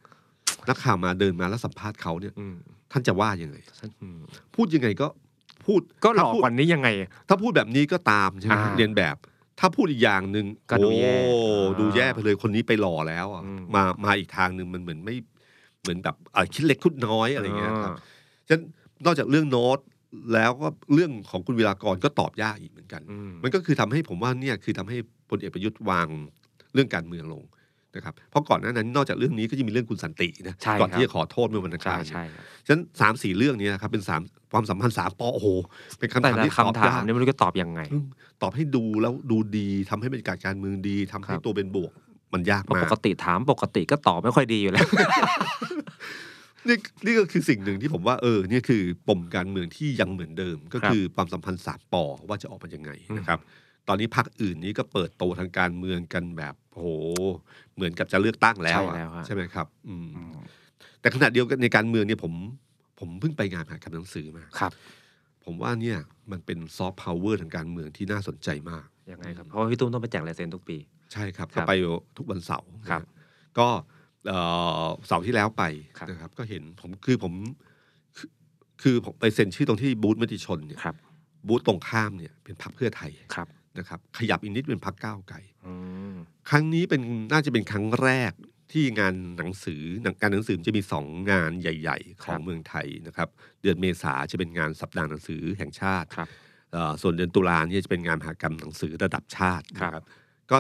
B: นักข่าวมาเดินมาแล้วสัมภาษณ์เขาเนี่ย
C: อืม
B: ท่านจะว่ายังไง
C: อืม
B: พูดยังไงก็พูด
C: ก็หลอก
B: ถ้าพูด
C: กว่านี้ยังไง
B: ถ้าพูดแบบนี้ก็ตามใช่ไหม
C: อ่า
B: เรียนแบบ ถ้าพูดอีกอย่างหนึ่ง
C: ก็ดูแย่
B: โอ้
C: อ่า
B: ดูแย่ไปเลยคนนี้ไปหล่อแล้วอ่ะ
C: อืม
B: มามาอีกทางหนึ่งมันเหมือนไม่เหมือนแบบอ่ะคิดเล็กคุดน้อยอะไรอย่างเงี้ยครับ ฉะนั้นนอกจากเรื่องโน้ตแล้วก็เรื่องของคุณวิรากรก็ตอบยากอีกเหมือนกัน
C: อืม
B: มันก็คือทำให้ผมว่าเนี่ยคือทำให้พลเอกประยุทธ์วางเรื่องการเมืองลงนะครับเพราะก่อนหน้านั้นนอกจากเรื่องนี้ก็จะมีเรื่องคุณสันตินะ
C: ใช่ครับ
B: ก่อนที่จะขอโทษเมื่อวันอัง
C: ใช่
B: คาร
C: ใช่ครับ
B: ฉะนั้นสามสี่เรื่องเนี้นะครับเป็นสามความสัมพันธ์สามปอโอ้โหเป็นคำ
C: แต่
B: ถาม
C: ละ
B: ที่ตอ
C: คำถาย
B: บาม ก
C: เนี่ยไม่รู้จะตอบยังไง
B: อืมตอบให้ดูแล้วดูดีทำให้บรรยากาศการเมืองดีทำให้
C: ครับ
B: ตัวเป็นบวกมันยาก
C: เพราะ
B: มา
C: ป
B: ก
C: กติถามปกติก็ตอบไม่ค่อยดีอยู่แล้ว
B: นี่นี่ก็คือสิ่งหนึ่งที่ผมว่าเออเนี่ยคือปมการเมืองที่ยังเหมือนเดิม ก็
C: ครับ
B: คือความสัมพันธ์สามปอว่าจะออกมายังไงนะครับ ตอนนี้พรรคอื่นนี้ก็เปิดโตทางการเมืองกันแบบโอ้โหเหมือนกับจะเลือกตั้งแล้วอะ
C: ใช่แล้วฮะ
B: ใช่ไหมครับอืม
C: อืม
B: แต่ขณะเดียวกันในการเมืองเนี่ยผมผมเพิ่งไปงานมหากรรมหนังสือมา
C: ครับ
B: ผมว่าเนี่ยมันเป็นซอฟต์พาวเวอร์ทางการเมืองที่น่าสนใจมาก
C: ยังไงครับเพราะว่าพี่ตุ้มต้องไปแจกลายเซ็นทุกปี
B: ใช่ครับ
C: ครั
B: ก็
C: บ
B: ไปทุกวันเสาร์
C: ครับ
B: นะก็เอ่อเสาร์ที่แล้วไป
C: ครับ
B: นะครับ ก็เห็นผมคือผมคือคือผมไปเซ็นชื่อตรงที่บูธมติชนเนี่ย
C: ครับ
B: บูธตรงข้ามเนี่ยเป็นพรรคเพื่อไทย
C: ครับ
B: นะครับ ขยับอีกนิดเป็นพรรคก้าวไกล
C: อืม
B: ครั้งนี้เป็นน่าจะเป็นครั้งแรกที่งานหนังสือหนังการหนังสือมันจะมีสองงานใหญ่ ๆ ของเมืองไทยนะครับ เดือนเมษาจะเป็นงานสัปดาห์หนังสือแห่งชาติ
C: ครับ
B: เอ่อส่วนเดือนตุลาเนี่ยจะเป็นงานมหากรรมหนังสือระดับชาติ
C: ครับ
B: นะครับ ก็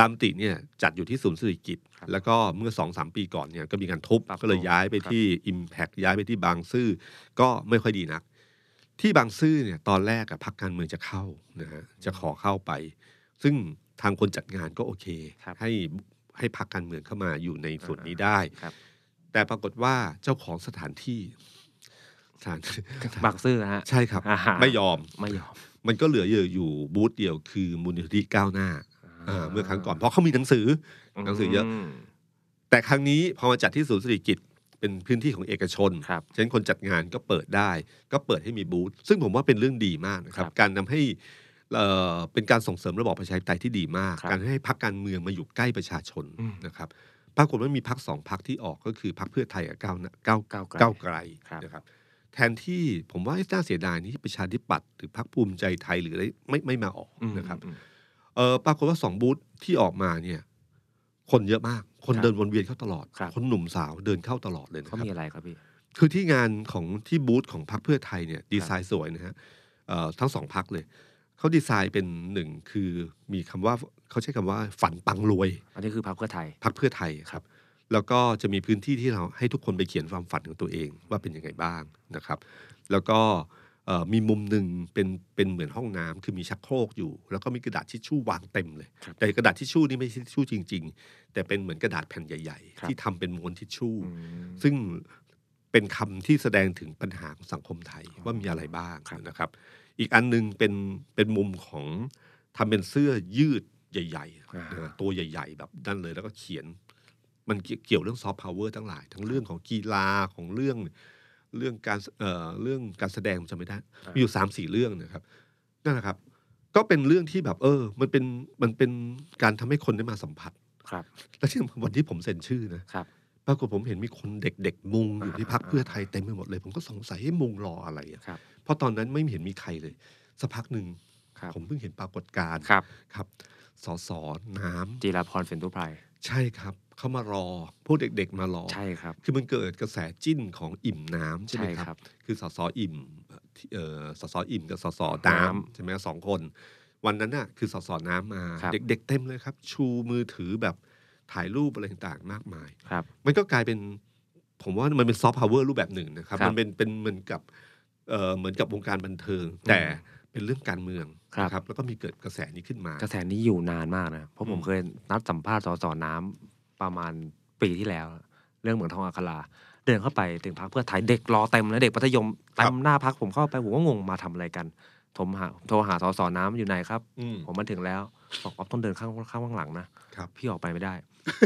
B: ตามติเนี่ยจัดอยู่ที่ศูนย์เศรษฐกิจ
C: ครับ
B: แล้วก็เมื่อสองสามปีก่อนเนี่ยก็มีการทุบ
C: ปรับ
B: ก็เลย
C: ตัว
B: ย้ายไป
C: ครับ
B: ที่ Impact ย้ายไปที่บางซื่อก็ไม่ค่อยดีนัก ที่บางซื่อเนี่ยตอนแรกอะพักการเมืองจะเข้านะฮะจะขอเข้าไป ซึ่งทางคนจัดงานก็โอเค
C: ครับ
B: ให้ให้พักการเมืองเข้ามาอยู่ในส่วนนี้
C: อ่า
B: ได้
C: ครับ
B: แต่ปรากฏว่าเจ้าของสถานที่สถาน ที่
C: บักซื่อฮะ
B: ใช่ครับ
C: อ่าฮะ
B: ไม่ยอม
C: ไม่ยอม
B: มันก็เหลืออยู่บูธเดียวคือมูลนิธิก้าวหน้าอ่าเมื่อครั้งก่อน เพราะเขามีหนังสือ หนังสือเยอะ
C: ม
B: แต่ครั้งนี้พอมาจัดที่ศูนย์เศรษฐกิจเป็นพื้นที่ของเอกชน
C: ครับ
B: ฉะนั้นคนจัดงานก็เปิดได้ ก็เปิดให้มีบูธ ซึ่งผมว่าเป็นเรื่องดีมากนะครับ
C: ครับ
B: การนำให้เอ่อเป็นการส่งเสริมระบอบประชาธิปไตยที่ดีมาก
C: ครับ
B: การให้พรรคการเมืองมาอยู่ใกล้ประชาชน
C: อืม
B: นะครับ ปรากฏว่ามีพรรคสองพรรคที่ออกก็คือพรรคเพื่อไทยกับก้าวหน้าก้าว
C: ก้าวไกล
B: ก้าวไกล
C: ครับ
B: นะครับ แทนที่ผมว่าน่าเสียดายนี่ประชาธิปัตย์หรือพรรคภูมิใจไทยหรืออะไรไม่ไม่มาออก
C: อืม
B: นะครับ
C: อืม
B: เออปรากฏว่าสองบูธที่ออกมาเนี่ย คนเยอะมาก คน
C: ครับ
B: เดินวนเวียนเข้าตลอด
C: ครับ
B: คนหนุ่มสาวเดินเข้าตลอดเลยนะค
C: เขา
B: รับ
C: มีอะไรครับพี่
B: คือที่งานของที่บูธของพรรคเพื่อไทยเนี่ยดีไซน์สวยนะฮะเอ่อทั้งสองพรรคเลย เขาดีไซน์เป็นหนึ่งคือมีคำว่าเขาใช้คำว่าฝันปังรวย
C: อันนี้คือพรรคเพื่อไทย
B: พรรคเพื่อไทยครับ แล้วก็จะมีพื้นที่ที่เราให้ทุกคนไปเขียนความฝันของตัวเองว่าเป็นยังไงบ้างนะครับ แล้วก็เอ่อมีมุมหนึ่งเป็นเป็นเหมือนห้องน้ำคือมีชักโครกอยู่ แล้วก็มีกระดาษทิชชู่วางเต็มเลย
C: ครับ
B: แต่กระดาษทิชชู่นี่ไม่ใช่ทิชชู่จริง ๆ แต่เป็นเหมือนกระดาษแผ่นใหญ่
C: ครั
B: ๆ
C: บ
B: ที่ทำเป็นม้วนทิชชู่
C: อืม
B: ซึ่งเป็นคำที่แสดงถึงปัญหาของสังคมไทยว่ามีอะไรบ้างนะครับ อีกอันหนึงเป็นเป็นมุมของทำเป็นเสื้อยืดใหญ่
C: อ่า
B: ๆนะตัวใหญ่ ๆ แบบนั่นเลยแล้วก็เขียน มันเกี่ยวเกี่ยวเรื่องซอฟต์พาวเวอร์ทั้งหลาย ทั้งเรื่องของกีฬาของเรื่องเรื่องการเอ่อเรื่องการแสดงผมจำไม่ได้มีอยู่สามสี่เรื่องนะครับนั่นแหละครับ ก็เป็นเรื่องที่แบบ เออ มันเป็นมันเป็นการทำให้คนได้มาสัมผัส
C: ครับ
B: แล้วที่วันที่ผมเซ็นชื่อนะครับ ปรากฏผมเห็นมีคนเด็ก ๆ มุงอยู่ที่พักเพื่อไทยเต็มไปหมดเลย ผมก็สงสัยให้มุงรออะไรอะ
C: ครับ
B: เพราะตอนนั้นไม่เห็นมีใครเลย สักพักหนึ่ง
C: ครับ
B: ผมเพิ่งเห็นปรากฏการณ์
C: ครับ
B: ครับสอสอน้ำ
C: จีราพรสินทุไพร
B: ใช่ครับ เขามารอพวกเด็ก ๆ มารอ
C: ใช่ครับ
B: คือมันเกิดกระแสจิ้นของอิ่มน้ำใช่ไหม
C: ใช่
B: ครับ
C: ครับ
B: คือสสอิ่มเอ่อสสอิ่มกับสสน้
C: น้ำ
B: ำใช่ไหมสองคน วันนั้นน่ะคือสสน้ำมา
C: ครับ
B: เด็ก ๆ เต็มเลยครับ ชูมือถือแบบถ่ายรูปอะไรต่างๆ มากมาย
C: ครับ
B: มันก็กลายเป็น ผมว่ามันเป็นซอฟต์พาวเวอร์รูปแบบหนึ่งนะครับ
C: ครับ
B: มันเป็นเป็นเหมือนกับเอ่อเหมือนกับวงการบันเทิง แต่เป็นเรื่องการเมือง
C: ครับ
B: นะแล้วก็มีเกิดกระแสนี้ขึ้นมา
C: กระแสนี้อยู่นานมากนะ เพราะผม
B: อืม
C: เคยนัดสัมภาษณ์สสน้ำประมาณปีที่แล้ว เรื่องเหมืองทองอัคราเดินเข้าไปถึงพักเพื่อไทยเด็กรอเต็มเลยเด็กประยม
B: ครั
C: เต็
B: บ
C: มหน้าพักผมเข้าไปผมก็งงมาทำอะไรกันผมหาโทรหาสสน้ำอยู่ไหนครับ
B: อืม
C: ผมมาถึงแล้วบอกออฟต้องเดินข้างข้างข้างหลังนะครับ พี่ออกไปไม่ได้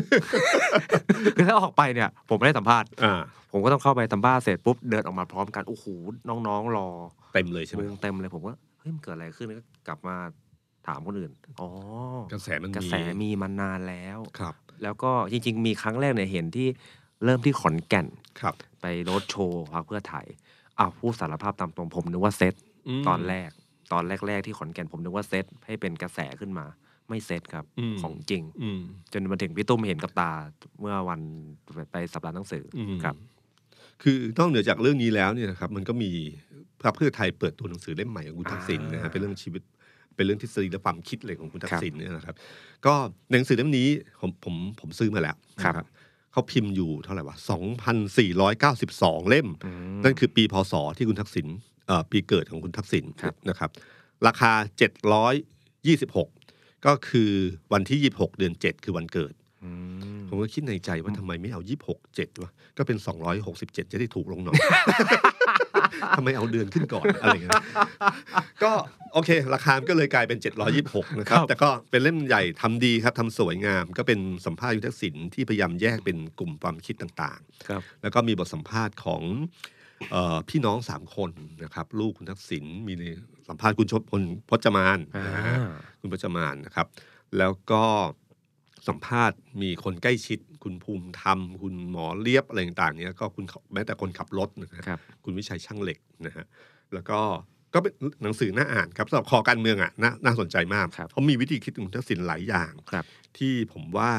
C: คือถ้าออกไปเนี่ย ผมไม่ได้สัมภาษณ์
B: อ่า
C: ผมก็ต้องเข้าไปสัมภาษณ์เสร็จปุ๊บเดินออกมาพร้อมกันโอ้โหน้องๆรอ
B: เต็มเลยใช่ไหม
C: มุงเต็มเลยผมว่าเฮ้ยมันเกิดอะไรขึ้นก็กลับมาถามคนอื่นอ๋อก
B: ระแสมัน
C: กระ
B: มี
C: แสมีมานานแล้ว
B: ครับ
C: แล้วก็จริง ๆ มีครั้งแรกเนี่ยเห็นที่เริ่มที่ขอนแก่น
B: ครับ
C: ไปรถโชว์พักเพื่อไทยอ้าวพูดสารภาพตามตรงผมนึกว่าเซต
B: ม
C: ตอนแรก ตอนแรก ๆ ที่ขอนแก่นผมนึกว่าเซตให้เป็นกระแสขึ้นมา ไม่เซตครับ
B: อืม
C: ของจริง
B: อืม
C: จนมาถึงพี่ตุ้มเห็นกับตาเมื่อวันไปสัปดาห์หนังสืออ
B: ม
C: ครับ
B: คือนอกเหนือจากเรื่องนี้แล้วเนี่ยนะครับมันก็มีพรรคเพื่อไทยเปิดตัวหนังสือเล่มใหม่ของคุณทักษิณนะฮะ
C: อ่า
B: เป็นเรื่องชีวิตเป็นเรื่องทฤษฎีและความคิดเลยของคุณทักษิณเนี่ยนะครับ ก็หนังสือเล่มนี้ผมผมผมซื้อมาแล้ว
C: ครับ
B: นะเขาพิมพ์อยู่เท่าไหร่วะ2,492 เล่ม
C: อืม
B: นั่นคือปีพศที่คุณทักษิณเอ่อปีเกิดของคุณทักษิณ
C: ครับ
B: นะครับ ราคา 726 ก็คือวันที่ 26 เดือน 7 คือวันเกิด
C: อืม
B: ผมก็คิดในใจว่าทำไมไม่เอา 26 7วะก็เป็น 267 จะได้ถูกล งหน่อย ทำไมเอาเดือนขึ้นก่อน อะไรเงี้ยก็โอเค ราคามันก็เลยกลายเป็น 726 นะครับ
C: ครับ
B: แต่ก็เป็นเล่มใหญ่ทำดีครับทำสวยงาม ก็เป็นสัมภาษณ์ยุทธศิลป์ที่พยายามแยกเป็นกลุ่มความคิดต่าง
C: ครับ
B: ๆ แล้วก็มีบทสัมภาษณ์ของเอ่อพี่น้องสามคนนะครับ ลูกคุณทักษิณมีสัมภาษณ์คุณชพลพจมาน
C: อ่า
B: นะฮะ คุณประจมานนะครับ แล้วก็สัมภาษณ์มีคนใกล้ชิด คุณภูมิธรรม คุณหมอเลียบอะไรต่างๆเนี้ยก็คุณแม้แต่คนขับรถนะฮะ
C: ครับ
B: คุณวิชัยช่างเหล็กนะฮะแล้วก็ก็เป็นหนังสือน่าอ่านครับสำหรับคอการเมืองอ่ะน่าน่าสนใจมาก
C: ครับ
B: เพราะมีวิธีคิดของคุณทักษิณหลายอย่าง
C: ครับ
B: ที่ผมว่า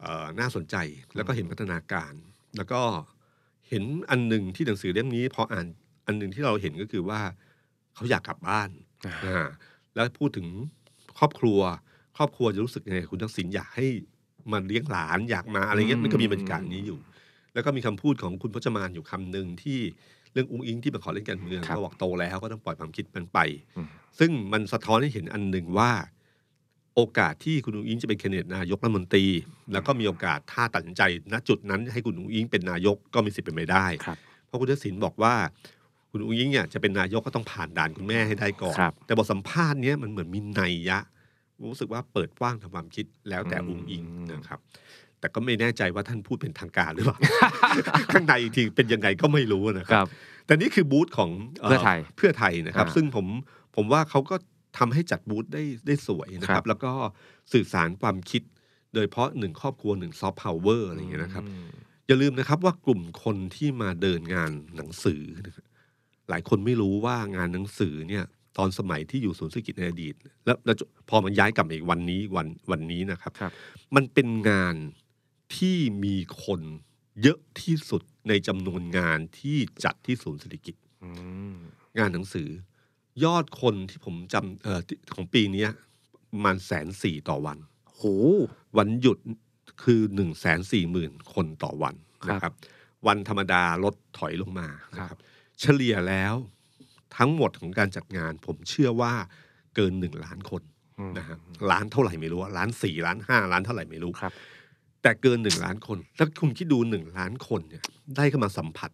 B: เอ่อน่าสนใจแล้วก็เห็นพัฒนาการ แล้วก็เห็นอันหนึ่งที่หนังสือเล่มนี้พออ่านอันหนึ่งที่เราเห็นก็คือว่าเขาอยากกลับบ้าน
C: อ่า
B: อ่าแล้วพูดถึงครอบครัว ครอบครัวจะรู้สึกยังไงคุณทักษิณอยากให้มันเลี้ยงหลานอยากมาอะไรเงี้ยมันก็มีบรรยากาศนี้อยู่ แล้วก็มีคำพูดของคุณพจมานอยู่คำหนึ่งที่เรื่องอุ้งอิงที่มาขอเล่นการเมือง
C: ครับ
B: เขาบอกโตแล้วก็ต้องปล่อยความคิดมันไป
C: อืม
B: ซึ่งมันสะท้อนให้เห็นอันหนึ่งว่า โอกาสที่คุณอุ้งอิงจะเป็นแคนดิเดตนายกรัฐมนตรี แล้วก็มีโอกาสถ้าตัดสินใจณจุดนั้นให้คุณอุ้งอิงเป็นนายกก็มีสิทธิ์เป็นไปได้
C: ครับ
B: เพราะคุณทักษิณบอกว่า คุณอุ้งอิงเนี่ยจะเป็นนายกก็ต้องผ่านด่านคุณแม่ให้ได้ก่อน
C: ครับ
B: แต่บทสัมภาษณ์เนี้ยมันเหมือนมีนัยยะ รู้สึกว่าเปิดกว้างทางความคิดแล้วแต่อุ้งอิงนะครับ แต่ก็ไม่แน่ใจว่าท่านพูดเป็นทางการหรือเปล่า ข้างในอีกทีเป็นยังไงก็ไม่รู้นะค
C: ครับ รับ
B: แต่นี่คือบูธของ
C: เพื่อไทย
B: เพื่อไทยนะครับ
C: อ่า
B: ซึ่งผมผมว่าเขาก็ทำให้จัดบูธได้ได้สวยนะค
C: ครั
B: รับ
C: บ
B: แล้วก็สื่อสารความคิด โดยเฉพาะหนึ่งครอบครัวหนึ่งซอฟต์พาวเวอร์อะไรอย่างเงี้ยนะครับ
C: อืม
B: อย่าลืมนะครับว่ากลุ่มคนที่มาเดินงานหนังสือนะครับหลายคนไม่รู้ว่างานหนังสือเนี่ยตอนสมัยที่อยู่ศูนย์เศรษฐกิจในอดีต แล้วแล้วพอมันย้ายกลับมาอีกวันนี้วันวันนี้นะครับ
C: ครับ
B: มันเป็นงานที่มีคนเยอะที่สุดในจำนวนงานที่จัดที่ศูนย์เศรษฐกิจ
C: อืม
B: งานหนังสือยอดคนที่ผมจำเอ่อที่ของปีเนี้ยประมาณแสนสี่ต่อวัน
C: โห
B: วันหยุดคือ1นึ่งแสนสี่หมื่นคนต่อวัน
C: ครับ
B: นะครับ วันธรรมดาลดถอยลงมานะค
C: ครั
B: รับ
C: บ
B: เฉลี่ยแล้วทั้งหมดของการจัดงาน ผมเชื่อว่าเกินหนึ่งล้านคน
C: อืม
B: นะฮะล้านเท่าไหร่ไม่รู้อะล้านสี่ล้านห้าล้านเท่าไหร่ไม่รู้
C: ครับ
B: แต่เกินหนึ่งล้านคน แล้วคุณคิดดูหนึ่งล้านคนเนี่ยได้เข้ามาสัมผัส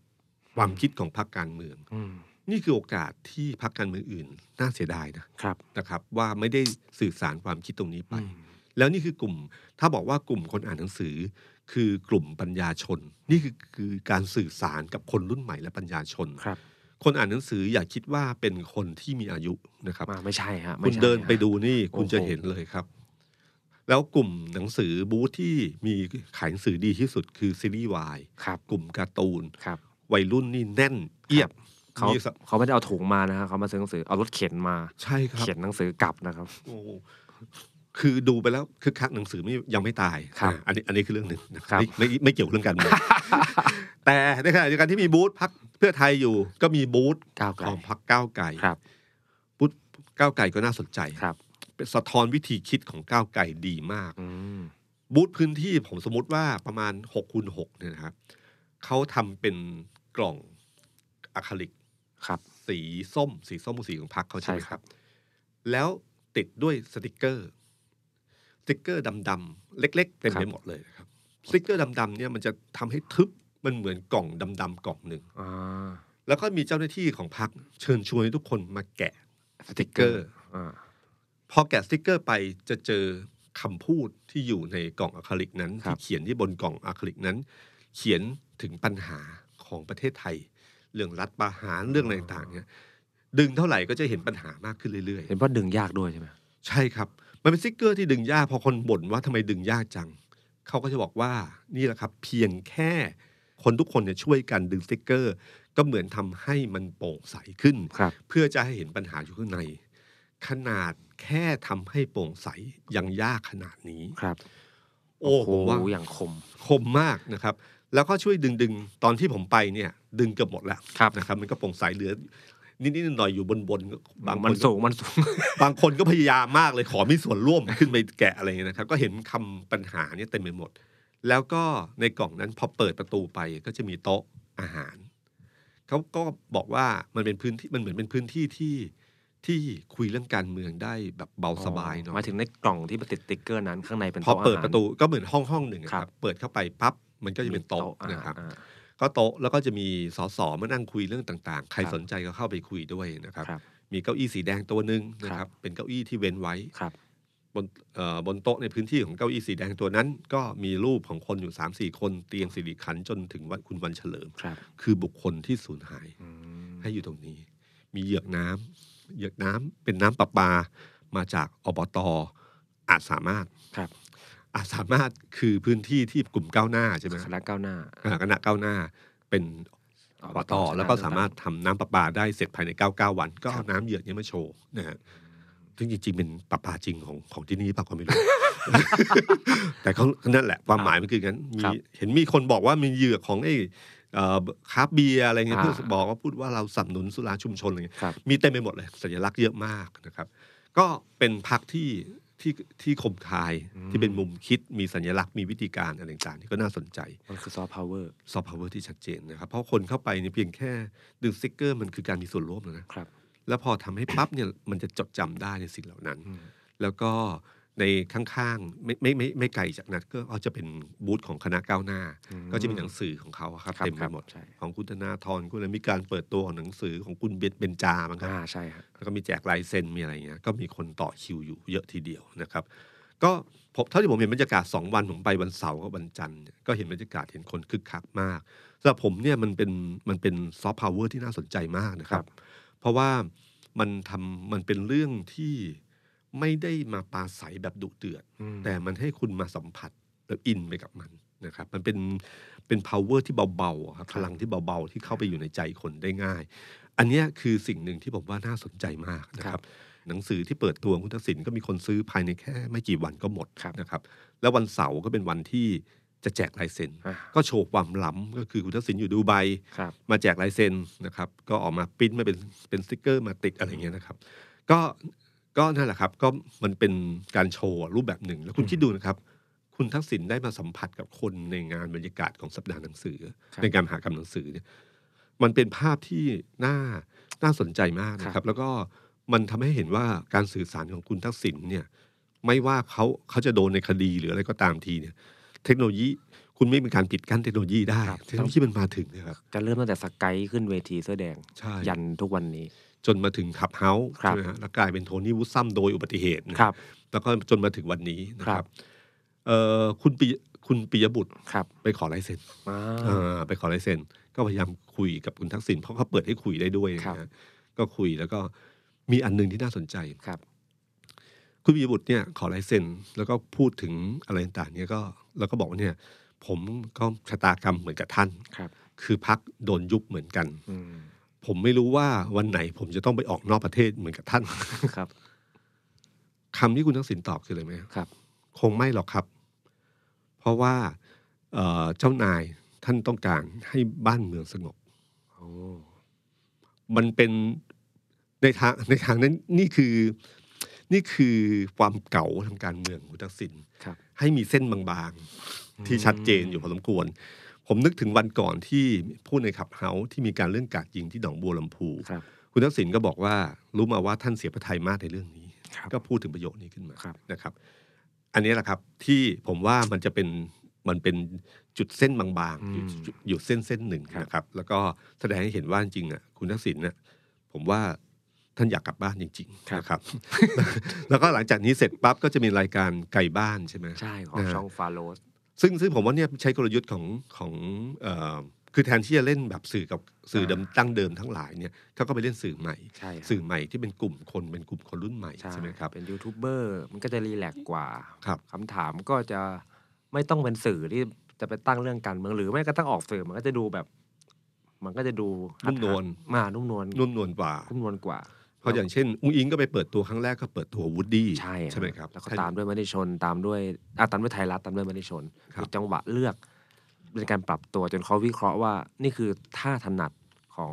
B: ความคิดของพรรคการเมือง
C: อืม
B: นี่คือโอกาสที่พรรคการเมืองอื่น น่าเสียดายนะครับ นะครับ ว่าไม่ได้สื่อสารความคิดตรงนี้ไป
C: อืม
B: แล้วนี่คือกลุ่ม ถ้าบอกว่ากลุ่มคนอ่านหนังสือ คือกลุ่มปัญญาชน นี่คือคือการสื่อสารกับคนรุ่นใหม่และปัญญาชน
C: ครับ
B: คนอ่านหนังสืออย่าคิดว่าเป็นคนที่มีอายุนะครับ
C: มาไม่ใช่ฮะไม่
B: คุณ
C: ใช่
B: เดิน
C: ฮะ
B: ไปดูนี่
C: โอ้โห
B: คุณจะเห็นเลยครับ แล้วกลุ่มหนังสือบูธที่มีขายหนังสือดีที่สุดคือซีรีส์วาย
C: ครับ
B: กลุ่มการ์ตูน
C: ครับ
B: วัยรุ่นนี่แน่นเอียบ
C: เขา
B: มีสัก
C: เขาไม่ได้เอาถุงมานะฮะเขามาซื้อหนังสือเอารถเข็นมา
B: ใช่ครับ
C: เขียนหนังสือกลับนะครับ
B: โอ้คือดูไปแล้วคือคักหนังสือไม่ยังไม่ตาย
C: ครับ
B: อ่ะอันนี้อันนี้คือเรื่องหนึ่งนะครับ ไม่ไม่ไม่เกี่ยวเรื่อง การเมือง แต่ในขณะเดียวกันที่มีบูธพักเพื่อไทยอยู่ ก็มีบูธ
C: ก้าวไกล
B: ของพักก้าวไก่
C: ครับ
B: บูธก้าวไก่ก็น่าสนใจ
C: ครับ
B: เป็นสะท้อนวิธีคิดของก้าวไก่ดีมาก
C: อืม
B: บูธพื้นที่ผมสมมติว่าประมาณ6กคูณหกเนี่ยนะครับเขาทำเป็นกล่องอะคริลิก
C: ครับ
B: สีส้ม สีส้มคือสีของพรรคเขาใช่ไหม
C: ใช่
B: ค
C: ครั
B: รับ
C: บ
B: แล้วติดด้วยสติกเกอร์ สติกเกอร์ดำๆเล็ก ๆ เต็มไปหมดเลยนะครับ สติกเกอร์ดำๆเนี่ยมันจะทำให้ทึบมันเหมือนกล่องดำๆกล่องหนึ่ง
C: อ่า
B: แล้วก็มีเจ้าหน้าที่ของพรรคเชิญชวนให้ทุกคนมาแกะ สติกเกอร์
C: อ่า
B: พอแกะสติกเกอร์ไปจะเจอคำพูดที่อยู่ในกล่องอะคริลิกนั้นที่เขียนที่บนกล่องอะคริลิกนั้น เขียนถึงปัญหาของประเทศไทย เรื่องรัฐประหารเรื่องอะไรต่างๆเนี่ยดึงเท่าไหร่ก็จะเห็นปัญหามากขึ้นเรื่อย
C: เห็นว่าดึงยากด้วยใช่ไหม
B: ๆ ใช่ครับ มันเป็นสติกเกอร์ที่ดึงยากพอคนบ่นว่าทำไมดึงยากจัง เขาก็จะบอกว่านี่แหละครับ เพียงแค่คนทุกคนเนี่ยช่วยกันดึงสติกเกอร์ ก็เหมือนทำให้มันโปร่งใสขึ้น
C: ครับ
B: เพื่อจะให้เห็นปัญหาอยู่ข้างใน ขนาดแค่ทำให้โปร่งใสยังยากขนาดนี้
C: ครับ
B: โอ้ผมว่า
C: อย่างคม
B: คมมากนะครับ แล้วก็ช่วยดึงดึงๆ ตอนที่ผมไปเนี่ย ดึงเกือบหมดแล้ว
C: ครับ
B: นะครับ มันก็โปร่งใสเหลือ นิดๆหน่อยๆอยู่บนบนๆก็บางค
C: มันน
B: ก็
C: สูงมันสูง
B: บางคนก็พยายามมากเลยขอมีส่วนร่วม ขึ้นไปแกะอะไรเงี้ยนะครับ ก็เห็นคำปัญหาเนี่ยเต็มไปหมด แล้วก็ในกล่องนั้นพอเปิดประตูไปก็จะมีโต๊ะอาหาร เขาก็บอกว่ามันเป็นพื้นที่มันเหมือนเป็นพื้นที่ที่ที่คุยเรื่องการเมืองได้แบบเบาสบายเนาะ
C: หมายถึงในกล่องที่มันติดสติ๊กเกอร์นั้นข้างในเป็น
B: พอเปิด
C: าหา
B: ประตูก็เหมือนห้องห้องหนึ่งอะค
C: ครั
B: รับ
C: บ
B: เปิดเข้าไปปั๊บมันก็จะเป็นโต๊ะ
C: อ่า
B: นะครับ
C: อ่า
B: ก็โต๊ะแล้วก็จะมีสสมานั่งคุยเรื่องต่างๆ ใคร
C: ครับ
B: สนใจก็เข้าไปคุยด้วยนะครับ
C: ครับ
B: มีเก้าอี้สีแดงตัวหนึ่งนะค
C: ครั
B: รับ
C: บ
B: เป็นเก้าอี้ที่เว้นไว้
C: ครับ
B: บนเอ่อบนโต๊ะในพื้นที่ของเก้าอี้สีแดงตัวนั้น ก็มีรูปของคนอยู่3ามสี่คนเตียงสิริขันธ์จนถึงวันคุณวันเฉลิม
C: ครับ
B: คือบุคคลที่สูญหาย
C: อืม
B: ให้อยู่ตรงนี้ มีเหยือกน้ำเหยือกน้ำเป็นน้ำประปา มาจากอบตอาจสามารถ
C: ครับ
B: อาจสามารถคือพื้นที่ที่กลุ่มก้าวหน้าใช่ไหม
C: คณะก้าวหน้า
B: อ่าคณะก้าวหน้าเป็นอบตแล้วก็สามารถทำน้ำประปาได้เสร็จภายใน 99 วัน ก็เอาน้ำเหยือกเนี้มาโชว์นะฮะซึ่งจริงๆ เป็นประปาจริงของของที่นี่ปะก็ไม่ รู้ แต่เขานั่นแหละความหมายมันคืองั้นมีเห็นมีคนบอกว่ามีเหยือกของไอ้เอ่อคราฟต์เบียร์อะไรเงี้ยเพื่อบอกว่าพูดว่าเราสนับสนุนสุราชุมชนอะไรเงี้ย
C: ครับ
B: มีเต็มไปหมดเลยสัญลักษณ์เยอะมากนะครับ ก็เป็นพักที่ที่ที่คมคาย
C: อืม
B: ที่เป็นมุมคิดมีสัญลักษณ์มีวิธีการอะไรต่างๆนี่ก็น่าสนใจ
C: มันคือซอฟต์พาวเวอร์
B: ซอฟต์พาวเวอร์ที่ชัดเจนนะครับ เพราะคนเข้าไปเนี่ยเพียงแค่ดึงสติกเกอร์มันคือการมีส่วนร่วมแล้วนะครับ แล้วพอทำให้ปั๊บเนี่ยมันจะจดจำได้ในสิ่งเหล่านั้น
C: อืม
B: แล้วก็ในข้างๆไม่ไม่ไม่ไม่ไกลจากนั้นก็เขาจะเป็นบูธของคณะก้าวหน้า
C: อืม
B: ก็จะมีหนังสือของเขาอะครับ
C: ครับ
B: เต็มไป
C: ครับ
B: หมด
C: ใช่
B: ของคุณธนาธรคุณอะไรมีการเปิดตัวของหนังสือของคุณเบนเบนจามั้งครับ
C: อ่าใช่ฮะ
B: แล้วก็มีแจกลายเซ็นมีอะไรเงี้ยก็มีคนต่อคิวอยู่เยอะทีเดียวนะครับ ก็ผมเท่าที่ผมเห็นบรรยากาศ 2 วันผมไปวันเสาร์กับวันจันทร์เนี่ยก็เห็นบรรยากาศเห็นคนคึกคักมากสำหรับผมเนี่ยมันเป็นมันเป็นซอฟต์พาวเวอร์ที่น่าสนใจมากนะครับ เพราะว่ามันทำมันเป็นเรื่องที่ไม่ได้มาปาใสแบบดุเดือด
C: อืม
B: แต่มันให้คุณมาสัมผัสแล้วอินไปกับมันนะครับ มันเป็นเป็น power ที่เบาๆอะครับพลังที่เบาๆ ที่เข้าไปอยู่ในใจคนได้ง่าย อันเนี้ยคือสิ่งหนึ่งที่ผมว่าน่าสนใจมากนะครับ หนังสือที่เปิดตัวของคุณทักษิณก็มีคนซื้อภายในแค่ไม่กี่วันก็หมด
C: ครับ
B: นะครับ แล้ววันเสาร์ก็เป็นวันที่จะแจกลายเซ็น
C: อ่า
B: ก็โชว์ความล้ำก็คือคุณทักษิณอยู่ดูไบ
C: ครับ
B: มาแจกลายเซ็นนะครับ ก็ออกมาปริ้นมาเป็นเป็นสติกเกอร์มาติดอะไรเงี้ยนะครับ ก็ก็นั่นแหละครับ ก็มันเป็นการโชว์รูปแบบหนึ่ง แล้วคุณคิดดูนะครับ คุณทักษิณได้มาสัมผัสกับคนในงานบรรยากาศของสัปดาห์หนังสือ
C: ครับ
B: ในการมหากรรมหนังสือเนี่ยมันเป็นภาพที่น่าน่าสนใจมากนะค
C: ครั
B: รับ
C: บ
B: แล้วก็มันทำให้เห็นว่าการสื่อสารของคุณทักษิณเนี่ย ไม่ว่าเขาเขาจะโดนในคดีหรืออะไรก็ตามทีเนี่ย เทคโนโลยี คุณไม่เป็นการปิดกั้นเทคโนโลยีได้
C: ครับ
B: เทคโนโลยีมันมาถึงนะครับ
C: จะเริ่มตั้งแต่สไกายขึ้นเวทีเสื้อแดง
B: ใช่
C: ยันทุกวันนี้
B: จนมาถึงขับเฮาส์
C: ครับ
B: ใช่ไหมฮะแล้วกลายเป็นโทนี่วูดซัมโดยอุบัติเหตุนะครับ แล้วก็จนมาถึงวันนี้นะค
C: ครั
B: รับบ เอ่อคุณปิคุณปิยบุตร
C: ครับ
B: ไปขอลายเซ็น
C: อ่า
B: เอ่อไปขอลายเซ็นก็พยายามคุยกับคุณทักษิณเพราะเขาเปิดให้คุยได้ด้วย
C: ครับ
B: นะฮะก็คุยแล้วก็มีอันหนึงที่น่าสนใจ
C: ครับ
B: คุณวีรบุตรเนี่ยขอลายเซ็นแล้วก็พูดถึงอะไรต่างๆเนี่ยก็แล้วก็บอกว่าเนี่ย ผมก็ชะตากรรมเหมือนกับท่าน
C: ครับ
B: คือพักโดนยุบเหมือนกัน
C: อืม
B: ผมไม่รู้ว่าวันไหนผมจะต้องไปออกนอกประเทศเหมือนกับท่าน
C: ครับ
B: คำที่คุณทักษิณตอบคืออะไรไหม
C: ครับ
B: คงไม่หรอกครับ เพราะว่าเอ่อเจ้านายท่านต้องการให้บ้านเมืองสงบ
C: โอ้
B: มันเป็นในทางในทางนั้นนี่คือนี่คือความเก่าทางการเมืองของคุณทักษิณ
C: ครับ
B: ให้มีเส้นบางๆ ที่ชัดเจนอยู่พอสมควร ผมนึกถึงวันก่อนที่พูดในขับเฮาส์ที่มีการเรื่องกราดยิงที่หนองบัวลำพู
C: ครับ
B: คุณทักษิณก็บอกว่า รู้มาว่าท่านเสียพระทัยมากในเรื่องนี้
C: ครับ
B: ก็พูดถึงประโยคนี้ขึ้นมา
C: ครับ
B: นะครับ อันนี้แหละครับที่ผมว่ามันจะเป็นมันเป็นจุดเส้นบางๆอยู่
C: อืม
B: จุดอยู่เส้นเส้นหนึ่ง
C: ครับ
B: นะครับ แล้วก็แสดงให้เห็นว่าจริงๆอ่ะคุณทักษิณเนี่ยผมว่าท่านอยากกลับบ้านจริงๆนะครับ แล้วก็หลังจากนี้เสร็จปั๊บก็จะมีรายการไก่บ้านใช่ไหม
C: ใช่ของ
B: นะฮะ
C: ช่องฟาโรส
B: ซึ่งซึ่งผมว่าเนี่ยใช้กลยุทธ์ของของเอ่อคือแทนที่จะเล่นแบบสื่อกับสื่อเดิมตั้งเดิมทั้งหลายเนี่ยเขาก็ไปเล่นสื่อใหม่
C: ใช่ครับ
B: สื่อใหม่ที่เป็นกลุ่มคนเป็นกลุ่มคนรุ่นใหม่
C: ใช่
B: ใช่ไหมครับ
C: เป็นยูทูบเบอร์มันก็จะรีแลกซ์กว่า
B: ครับ
C: คำถามก็จะไม่ต้องเป็นสื่อที่จะไปตั้งเรื่องการเมืองหรือไม่ก็ตั้งออกสื่อมันก็จะดูแบบ มันก็จะดู
B: นุ่มนวล
C: มานุ่มนวล
B: นุ่มนวลกว่า
C: นุ่มนวลกว่า
B: เพราะอย่างเช่น อุ้งอิงก็ไปเปิดตัวครั้งแรกก็เปิดตัววูดดี้
C: ใช่
B: ใช่ไหมครับ
C: แล้วก็
B: ท่น
C: ตามด้วยมติชนตามด้วยอ่ะตามด้วยไทยรัฐตามด้วยมติชน
B: ครับ
C: มีจังหวะเลือกเป็นการปรับตัวจนเขาวิเคราะห์ว่า นี่คือท่าถนัดของ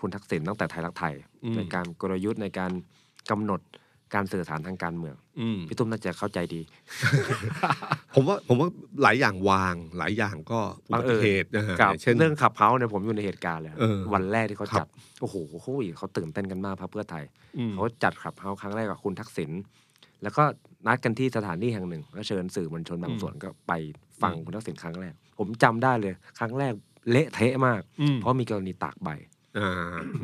C: คุณทักษิณตั้งแต่ไทยรักไทย
B: อืม
C: ในการกลยุทธ์ในการกำหนดการสื่อสารทางการเมือง
B: อืม
C: พี่ตุ้มน่าจะเข้าใจดี
B: ผมว่าผมว่าหลายอย่างวางหลายอย่างก็อุบัติเหตุนะฮะ
C: กับ
B: อย่างเช่น
C: เรื่องขับเพ้าเนี่ยผมอยู่ในเหตุการณ์เลยครับ
B: เออ
C: วันแรกที่เขา
B: ครับ
C: จัดโอ้โหโอ้ยเขาตื่นเต้นกันมากพรรคเพื่อไทย
B: อืม
C: เขาจัดขับเฮาครั้งแรกกับคุณทักษิณแล้วก็นัดกันที่สถานที่แห่งหนึ่งแล้วเชิญสื่อมวลชนบางส่วนก็ไปฟัง
B: อืม
C: คุณทักษิณครั้งแรก ผมจำได้เลย ครั้งแรกเละเทะมาก
B: อืม
C: เพราะมีกรณีตากใบ
B: อ่า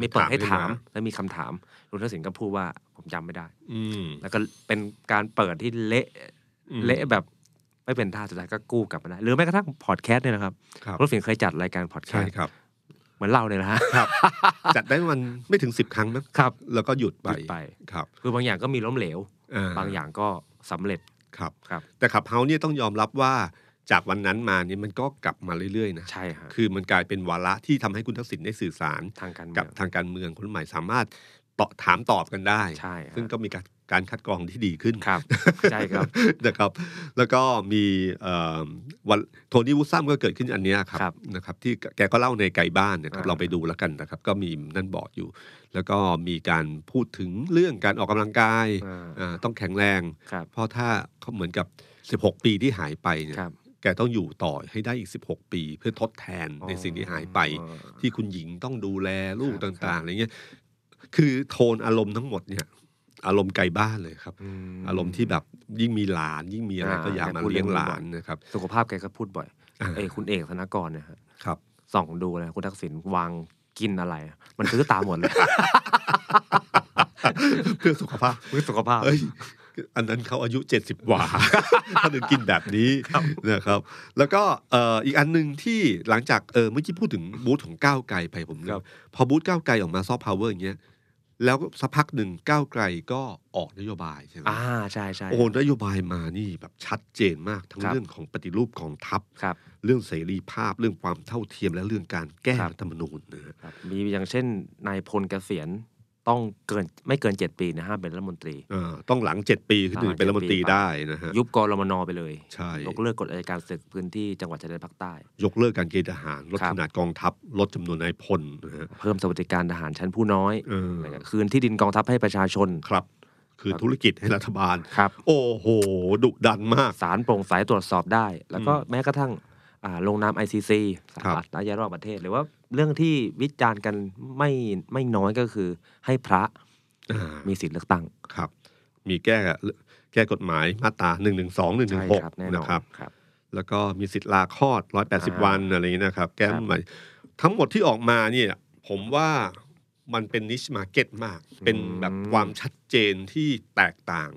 C: มีเปิดให้ถาม
B: ขึ้น
C: แล้วมีคำถามคุณทักษิณก็พูดว่าผมจำไม่ได้
B: อืม
C: แล้วก็เป็นการเปิดที่เละ
B: อืม
C: เละแบบไม่เป็นท่าสุดท้ายก็กู้กลับมาได้หรือแม้กระทั่งพอดแคสต์เนี่ยนะครับ
B: ครับ
C: รถเสียงเคยจัดรายการพอดแค
B: ใช่
C: สต์
B: ครับ
C: เหมือนเล่าเลยนะฮะ
B: ครับ จัดได้มันไม่ถึงสิบครั้งมั้ง
C: ครับ
B: แล้วก็หยุด
C: ห
B: ไป
C: ยุดไป
B: ครับ
C: คือบางอย่างก็มีล้มเหลว บางอย่างก็สำเร็จ
B: ครับ
C: ครับ
B: แต่ขับเฮาเนี่ยต้องยอมรับว่าจากวันนั้นมาเนี่ยมันก็กลับมาเรื่อยๆนะ
C: ใช่ฮะ
B: คือมันกลายเป็นวาระที่ทำให้คุณทักษิณได้สื่อสาร
C: ทางการเมื
B: กับ
C: อง
B: ทางการเมืองคนรุ่นใหม่สามารถตอบถามตอบกันได้
C: ใช่ฮะ
B: ซึ่งก็มีการการคัดกรองที่ดีขึ้น
C: ครับ ใช่ ครับ
B: นะครับ แล้วก็มีเอ่อวันโทนี่วูดซัมก็เกิดขึ้นอันเนี้ยครับ
C: ครับ
B: นะครับ ที่แกก็เล่าในไก่บ้านเนะครับ
C: อ่า
B: เราไปดูแล้วกันนะครับ ก็มีนั่นบอกอยู่ แล้วก็มีการพูดถึงเรื่องการออกกำลังกาย
C: อ่า
B: อ่าต้องแข็งแรง
C: ครับ
B: เพราะถ้าเขาเหมือนกับ 16 ปีที่หายไปเนี่ย
C: ครับ
B: แกต้องอยู่ต่อให้ได้อีก 16 ปีเพื่อทดแทนในสิ่งที่หายไป
C: อ๋อ
B: ที่คุณหญิงต้องดูแลลูก
C: ครับ
B: ต่างๆอะไรเงี้ย คือโทนอารมณ์ทั้งหมดเนี่ย อารมณ์ไกลบ้านเลยครับ
C: ม
B: อารมณ์ที่แบบยิ่งมีหลาน ยิ่งมีอะไร
C: อ่า
B: ก็อยากมา
C: แกพูด
B: เลี้ยง
C: เรื่อ
B: ห
C: งนี้
B: ลานนะครับ
C: สุขภาพแกก็พูดบ่อย
B: อ่า
C: เอยคุณเอกธนกรเนี่ยฮะ
B: ครับ
C: ส่องดูเลยคุณทักษิณวางกินอะไร มันซื้อตามหมดเลย
B: เพื่อสุขภาพ
C: เพื่อสุขภาพ
B: เอ้ยอันนั้นเขาอายุ 70กว่า เขาถึงกินแบบนี้นะครับ แล้วก็เอ่ออีกอันหนึ่งที่หลังจากเออเมื่อกี้พูดถึงบูธของก้าวไกลไปผมนึก
C: ครับ
B: พอบูธก้าวไกลออกมาซอฟต์พาวเวอร์อย่างเงี้ยแล้วก็สักพักหนึ่งก้าวไกลก็ออกนโยบายใช่ไหม
C: อ่าใช่ใช่
B: โอ้โหนโยบายมานี่แบบชัดเจนมากทั้ง
C: ครับ
B: เรื่องของปฏิรูปของทัพ
C: ครับ
B: เรื่องเสรีภาพเรื่องความเท่าเทียมและเรื่องการแก้
C: ครับ
B: รัฐธรรมนูญนะฮะ
C: ครับ มีอย่างเช่นนายพลเกษียณต้องเกินไม่เกินเจ็ดปีนะฮะเป็นรัฐมนตรี
B: เอ่อต้องหลังเจ็ดปีขึ้น
C: หลัง
B: ถึงเป็นรัฐมนตรี
C: เจ็ดปีไป
B: ได้นะฮะ
C: ยุบกรมนไปเลย
B: ใช่
C: ยกเลิกกฎอัยการศึกพื้นที่จังหวัดชายแดนภาคใต้
B: ยกเลิกการเกณฑ์ทหารลด
C: ครับ
B: ขนาดกองทัพลดจำนวนนายพลนะฮะ
C: เพิ่มสวัสดิการทหารชั้นผู้น้อย
B: เออ
C: อะไรเงี้ยคืนที่ดินกองทัพให้ประชาชน
B: ครับ คือธุรกิจให้รัฐบาล
C: ครับ
B: โอ้โห ดุดันมาก
C: สารโปร่งใสตรวจสอบได้ แล้วก็แม้กระทั่งอ่าลงนาม ICC สห
B: ครับ
C: รัฐอาญารอบประเทศ หรือว่าเรื่องที่วิจารณ์กันไม่ไม่น้อยก็คือให้พระ
B: อ่า
C: มีสิทธิ์เลือกตั้ง
B: ครับ มีแก้แก้กฎหมายมาตราหนึ่งหนึ่งสองหนึ่งหนึ่
C: ใช่
B: งหก
C: ครับแน่น
B: นะ
C: อน
B: ครับ
C: ครับ
B: แล้วก็มีสิทธิ์ลาคลอด 180
C: อ่า
B: วันอะไรอย่างนี้นะครับ แก้
C: ครับ
B: ใหม่ทั้งหมดที่ออกมาเนี่ยผมว่ามันเป็นนิชมาเก็ตมาก เป็นแบบความชัดเจนที่แตกต่าง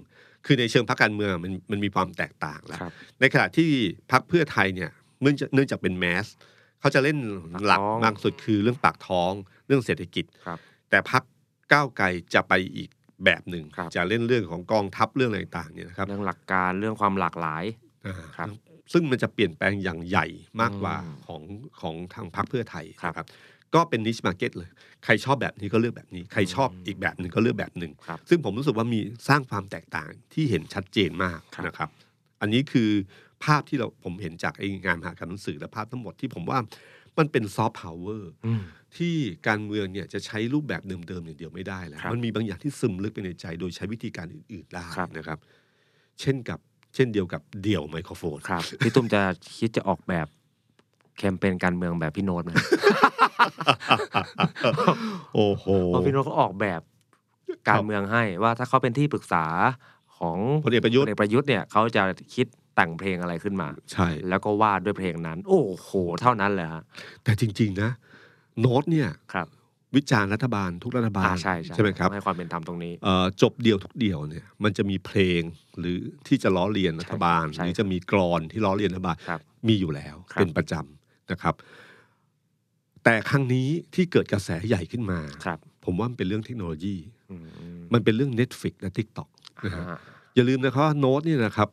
B: คือในเชิงพรรคการเมืองมันมันมีความแตกต่างแล้ว
C: ครับ
B: ในขณะที่พักเพื่อไทยเนี่ยเนื่องจากเนื่องจากเป็นแมสเขาจะเล่นหลัก
C: ปากท้อง
B: มากสุดคือเรื่องปากท้อง เรื่องเศรษฐกิจ
C: ครับ
B: แต่พักก้าวไกลจะไปอีกแบบหนึ่ง
C: ครับ
B: จะเล่นเรื่องของกองทัพเรื่องอะไรต่างๆเนี่ยนะครับ
C: เรื่องหลักการเรื่องความหลากหลาย
B: อ่า
C: ครับ
B: ซึ่งมันจะเปลี่ยนแปลงอย่างใหญ่มากกว่า
C: อืม
B: ของของทางพักเพื่อไทย
C: ครับ
B: นะครับ ก็เป็นนิชมาร์เก็ตเลย ใครชอบแบบนี้ก็เลือกแบบนี้ ใครชอบอีกแบบหนึ่งก็เลือกแบบหนึ่ง
C: ครับ
B: ซึ่งผมรู้สึกว่ามีสร้างความแตกต่างที่เห็นชัดเจนมาก
C: ครับ
B: นะครับ อันนี้คือภาพที่เราผมเห็นจากไอ้งานมหากรรมหนังสือและภาพทั้งหมดที่ผมว่ามันเป็นซอฟต์พาวเวอร์
C: อืม
B: ที่การเมืองเนี่ยจะใช้รูปแบบเดิมๆอย่างเดียวไม่ได้แล้ว
C: ครับ
B: มันมีบางอย่างที่ซึมลึกไปในใจ โดยใช้วิธีการอื่นๆได้
C: ครับ
B: นะครับ เช่นกับเช่นเดียวกับเดี่ยวไมโครโฟน
C: ครับ พี่ตุ้มจะคิดจะออกแบบแคมเปญการเมืองแบบพี่โน้ตไหม
B: โอ้โห
C: เพราะพี่โน้ตเขาออกแบบการเมืองให้ว่าถ้าเขาเป็นที่ปรึกษาของ
B: พลเอกประยุท
C: พล
B: ธ์
C: เอกประยุทธ์เนี่ยเขาจะคิดแต่งเพลงอะไรขึ้นมา
B: ใช่
C: แล้วก็วาดด้วยเพลงนั้น โอ้โห เท่านั้นเลยฮะ
B: แต่จริง ๆ นะ โน้ตเนี่ย
C: ครับ
B: วิจารณ์รัฐบาลทุกรัฐบา
C: อ่า
B: ล
C: ใช่ใช่
B: ไหมครับ
C: ให้ความเป็นธรรมตรงนี้
B: เอ่อจบเดียวทุกเดียวเนี่ยมันจะมีเพลงหรือที่จะล้อเลียนรัฐบาล
C: ใช่
B: หรือจะมีกรอนที่ล้อเลียนรัฐบาล
C: ครับ
B: มีอยู่แล้ว
C: ครับ
B: เป็นประจำนะครับ แต่ครั้งนี้ที่เกิดกระแสใหญ่ขึ้นมา
C: ครับ
B: ผมว่ามันเป็นเรื่องเทคโนโลยี
C: อืม
B: มันเป็นเรื่อง Netflix และ TikTok นะฮะ
C: อ่า
B: อย่าลืมนะครับว่าโน้ตนี่ยนะครับ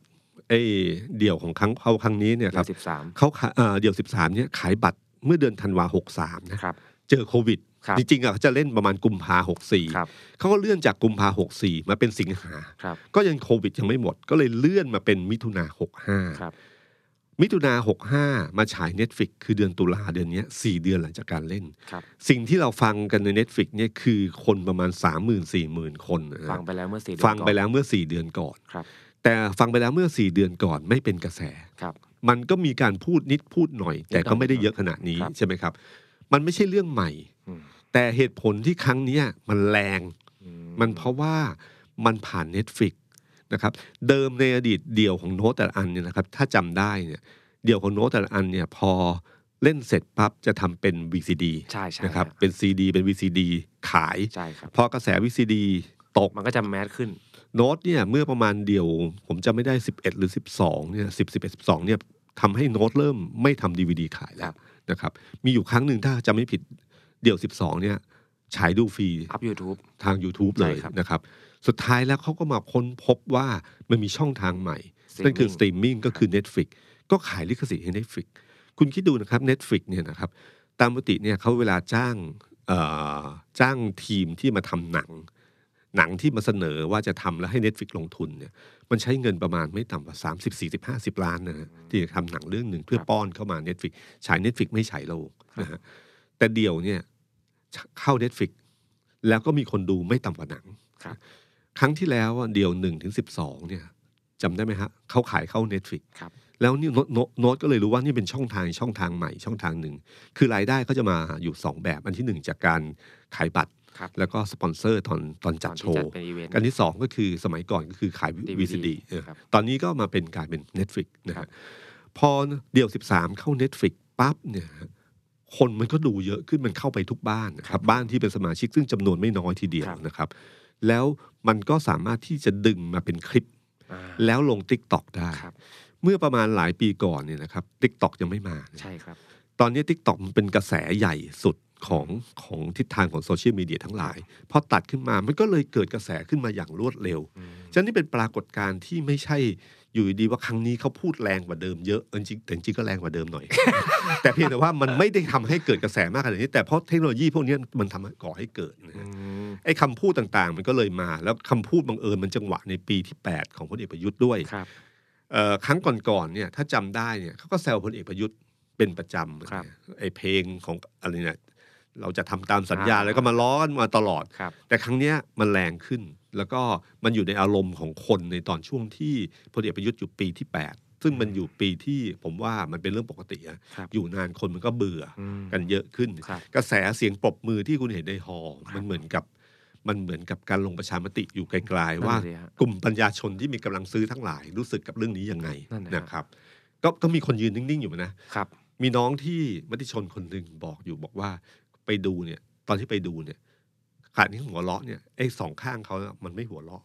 B: ไอ้เดี่ยวของครั้งเขาครั้งนี้เนี่ยค
C: เดือ
B: รับ
C: นสิบสาม
B: เขาขาเอ่อเดี่ยว 13เนี่ยขายบัตรเมื่อเดือนธันวา63นะครับ เจอโควิด
C: ครับ
B: จริงๆอ่ะเขาจะเล่นประมาณกุมภา64
C: ครับ
B: เขาก็เลื่อนจากกุมภาหกสี่มาเป็นสิงหา
C: ครับ
B: ก็ยังโควิดยังไม่หมด ก็เลยเลื่อนมาเป็นมิถุนาหกห้า
C: ครับ
B: มิถุนาหกห้ามาฉาย Netflix คือเดือนตุลาเดือนเนี้ยสี่เดือนหลังจากการเล่น
C: ครับ
B: สิ่งที่เราฟังกันใน Netflix เนี่ยคือคนประมาณ 3 0 0 0 0 4 0 0 0 คนนะฮะ
C: ฟังไปแล้วเมื่อสี่เดือน
B: ฟังไป
C: ก่อน
B: แล้วเมื่อ 4 เดือนก่อน
C: ครับ
B: แต่ฟังไปแล้วเมื่อ 4 เดือนก่อนไม่เป็นกระแส
C: ครับ
B: มันก็มีการพูดนิดพูดหน่อย แต่ก็ไม่ได้เยอะขนาดนี้
C: ครับ
B: ใช่ไหมครับ มันไม่ใช่เรื่องใหม่
C: อืม
B: แต่เหตุผลที่ครั้งเนี้ยมันแรง
C: อื
B: มันเพราะว่ามันผ่าน Netflix นะครับเดิมในอดีตเดี่ยวของโน้ตแต่ละอันเนี่ยนะครับถ้าจำได้เนี่ยเดี่ยวของโน้ตแต่ละอันเนี่ยพอเล่นเสร็จปั๊บจะทำเป็น VCD
C: ใช่ใช่
B: นะครับ
C: ครับ
B: เป็น CD เป็น VCD ขาย
C: ใช่ครับ
B: พอกระแส VCD ตก
C: มันก็จะแมสขึ้น
B: โน้ตเนี่ยเมื่อประมาณเดี่ยว ผมจำไม่ได้ 11 หรือ 12เนี่ย10 11 12เนี่ยทำให้โน้ตเริ่มไม่ทำ DVD ขายแล้วนะครับมีอยู่ครั้งหนึ่งถ้าจำไม่ผิดเดี่ยว 12เนี่ยฉายดูฟรี
C: อัพ YouTube
B: ทาง YouTube เลย
C: ใช่ครับ
B: นะครับ สุดท้ายแล้วเขาก็มาค้นพบว่ามันมีช่องทางใหม่
C: Streaming
B: นั่นคือสตรีมมิ่งก็คือ Netflix ก็ขายลิขสิทธิ์ให้ Netflix คุณคิดดูนะครับ Netflix เนี่ยนะครับ ตามปกติเนี่ยเขาเวลาจ้างเอ่อจ้างทีมที่มาทำหนัง หนังที่มาเสนอว่าจะทำแล้วให้ Netflix ลงทุนเนี่ยมันใช้เงินประมาณไม่ต่ำกว่า 30 40 50 ล้านนะฮะที่จะทำหนังเรื่องหนึ่งเพื่อ
C: ครับ
B: ป้อนเข้ามา Netflix ฉาย Netflix ไม่ฉายโลกนะฮะแต่เดียวเนี่ยเข้า Netflix แล้วก็มีคนดูไม่ต่ำกว่าหนัง
C: ครับ
B: ครั้งที่แล้วอะเดียวหนึ่งถึงสิบสองเนี่ยจำได้ไหมฮะเขาขายเข้า Netflix
C: ครับ
B: แล้วนี่โนโนโน้ตก็เลยรู้ว่านี่เป็นช่องทางช่องทางใหม่ช่องทางหนึ่ง คือรายได้ก็จะมาอยู่ 2 แบบ อันที่ 1 จากการขายบัตร
C: ครับ
B: แล้วก็สปอนเซอร์ตอนตอนจัดโช
C: ตอน
B: ว์
C: ที่เป็นอีเวนต์
B: อันที่ 2 ก็คือสมัยก่อนก็คือขาย
C: DVD
B: VCD เออ
C: ครับ
B: ตอนนี้ก็มาเป็นกลายเป็น Netflix นะ
C: ครั
B: ฮะ
C: บ
B: พอเดี่ยว 13 เข้า Netflix ปั๊บเนี่ยฮะคนมันก็ดูเยอะขึ้นมันเข้าไปทุกบ้านนะครับบ้านที่เป็นสมาชิกซึ่งจำนวนไม่น้อยทีเดียวนะครับ แล้วมันก็สามารถที่จะดึงมาเป็นคลิป
C: อ่า
B: แล้วลง Tik t o อกได้
C: ครับ
B: เมื่อประมาณหลายปีก่อนเนี่ยนะครับ Tik t o อกยังไม่มานะ
C: ใช่ครับ
B: ตอนนี้ Tik t o อกมันเป็นกระแสใหญ่สุดของของทิศทางของโซเชียลมีเดียทั้งหลาย พอตัดขึ้นมามันก็เลยเกิดกระแสขึ้นมาอย่างรวดเร็ว ฉะนั้นนี่เป็นปรากฏการณ์ที่ไม่ใช่อยู่ดีๆว่าครั้งนี้เขาพูดแรงกว่าเดิมเยอะเออจริงแต่จริงก็แรงกว่าเดิมหน่อย แต่เพียงแต่ว่ามันไม่ได้ทำให้เกิดกระแสมากขนาดนี้แต่เพราะเทคโนโลยีพวกนี้มันทำให้ก่อให้เกิดนะฮะ
C: อืม
B: ไอ้คำพูดต่างๆ มันก็เลยมา แล้วคำพูดบังเอิญมันจังหวะในปีที่ 8 ของพลเอกประยุทธ์ด้วย
C: ครับ
B: เอ่อครั้งก่อนๆเนี่ยถ้าจำได้เนี่ยเขาก็แซวพลเอกประยุทธ์เป็นประจำ
C: ครับ
B: ไอ้เพลงของอะไรเนี่ยเราจะทำตามสัญญาแล้วก็มาล้อกันมาตลอด
C: ครับ
B: แต่ครั้งเนี้ยมันแรงขึ้น แล้วก็มันอยู่ในอารมณ์ของคนในตอนช่วงที่พลเอกประยุทธ์อยู่ปีที่ 8 ซึ่งมันอยู่ปีที่ผมว่ามันเป็นเรื่องปกติอะ
C: ครับ
B: อยู่นานคนมันก็เบื่อ
C: อืม
B: กันเยอะขึ้น
C: ครับ
B: กระแสเสียงปรบมือที่คุณเห็นในฮอลล์มันเหมือนกับมันเหมือนกับการลงประชามติอยู่ไกลๆว่า
C: นั่นสิฮะ
B: กลุ่มปัญญาชนที่มีกำลังซื้อทั้งหลายรู้สึกกับเรื่องนี้ยังไง
C: นั่นนะฮะ
B: นะครับ ก็ก็มีคนยืนนิ่ง ๆ อยู่นะ
C: ครับ
B: มีน้องที่มติชนคนหนึ่งบอกอยู่บอกว่าไปดูเนี่ย ตอนที่ไปดูเนี่ยขานี้หัวเราะเนี่ยไอ้สองข้างเขาเนี่ยมันไม่หัวเราะ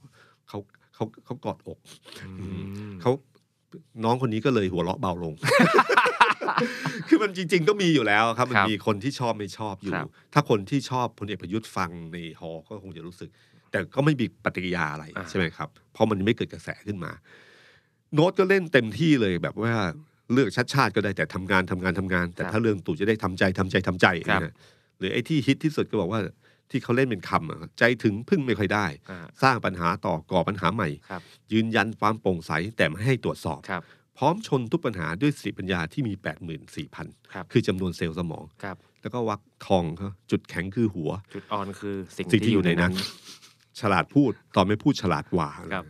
B: เขาเขาเขากอดอก
C: อืม
B: เขาน้องคนนี้ก็เลยหัวเราะเบา ลง คือมันจริง ๆ ก็มีอยู่แล้วครับ มันมีคนที่ชอบไม่ชอบอยู่
C: ครับ
B: ถ้าคนที่ชอบพลเอกประยุทธ์ฟังในฮอก็คงจะรู้สึก แต่ก็ไม่มีปฏิกิริยาอะไร
C: อ่า
B: ใช่ไหมครับ เพราะมันไม่เกิดกระแสขึ้นมา โน้ตก็เล่นเต็มที่เลยแบบว่าเลือกชัดชาติก็ได้แต่ทำงานทำงานทำงาน แต่
C: ครับ
B: ถ้าเรื่องตู่จะได้ทำใจทำใจทำใจ
C: ครับ
B: นะฮะหรือไอ้ที่ฮิตที่สุดก็บอกว่าที่เขาเล่นเป็นคำอะใจถึงพึ่งไม่ค่อยได้
C: อ่า
B: สร้างปัญหาต่อก่อปัญหาใหม่
C: ครับ
B: ยืนยันความโปร่งใสแต่ไม่ให้ตรวจสอบ
C: ครับ
B: พร้อมชนทุกปัญหาด้วยสติปัญญาที่มี 84,000
C: ครับ
B: คือจำนวนเซลล์สมอง
C: ครับ
B: แล้วก็วักทองเขาจุดแข็งคือหัว
C: จุดอ่อนคือสิ่ง
B: สิ่ง
C: ที่
B: ที่
C: อ
B: อยู่ ยู่
C: ใน
B: ใน
C: นั้
B: นั้น น ฉลาดพูดต่อไม่พูดฉลาดหว่า
C: ครับ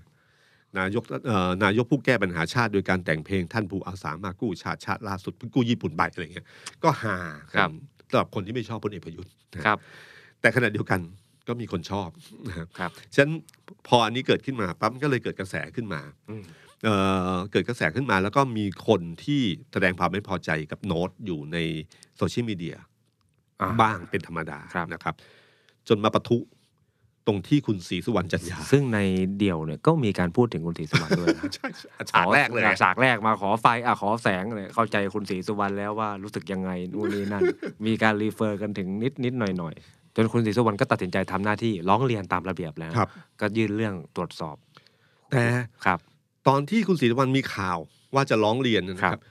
B: นายกเอ่อนายกผู้แก้ปัญหาชาติ โดยการแต่งเพลงท่านผู้อาสามากู้ชาติชาติล่าสุดเพิ่งกู้ญี่ปุ่นไปอะไรเงี้ยก็หากัน
C: ครับ
B: สำหรับคนที่ไม่ชอบพลเอกประยุทธ์นะครับ แต่ขณะเดียวกันก็มีคนชอบนะครับ
C: ครับ
B: ฉะนั้นพออันนี้เกิดขึ้นมาปั๊บก็เลยเกิดกระแสขึ้นมา
C: อืม
B: เอ่อเกิดกระแสขึ้นมาแล้วก็มีคนที่แสดงความไม่พอใจกับโน้ตอยู่ในโซเชียลมีเดีย
C: อ่า
B: บ้างเป็นธรรมดา
C: ครับ
B: นะครับ จนมาปะทุตรงที่คุณศรีสุวรรณจันยา
C: ซึ่งในเดี่ยวเนี่ยก็มีการพูดถึงคุณศรีสุวรรณด้วยนะ
B: ใช่ฉากแรกเลย
C: ขอฉากแรกมาขอไฟอ่ะขอแสงเลยเข้าใจคุณศรีสุวรรณแล้วว่ารู้สึกยังไงนู่นนี่นั่น มีการรีเฟอร์กันถึงนิดนิดหน่อยหน่อยจนคุณศรีสุวรรณก็ตัดสินใจทำหน้าที่ร้องเรียนตามระเบียบแล้ว
B: ครับ
C: ก็ยื่นเรื่องตรวจสอบ
B: แต่
C: ครับ
B: ตอนที่คุณศรีสุวรรณมีข่าวว่าจะร้องเรียนนะค
C: ครั
B: รับบ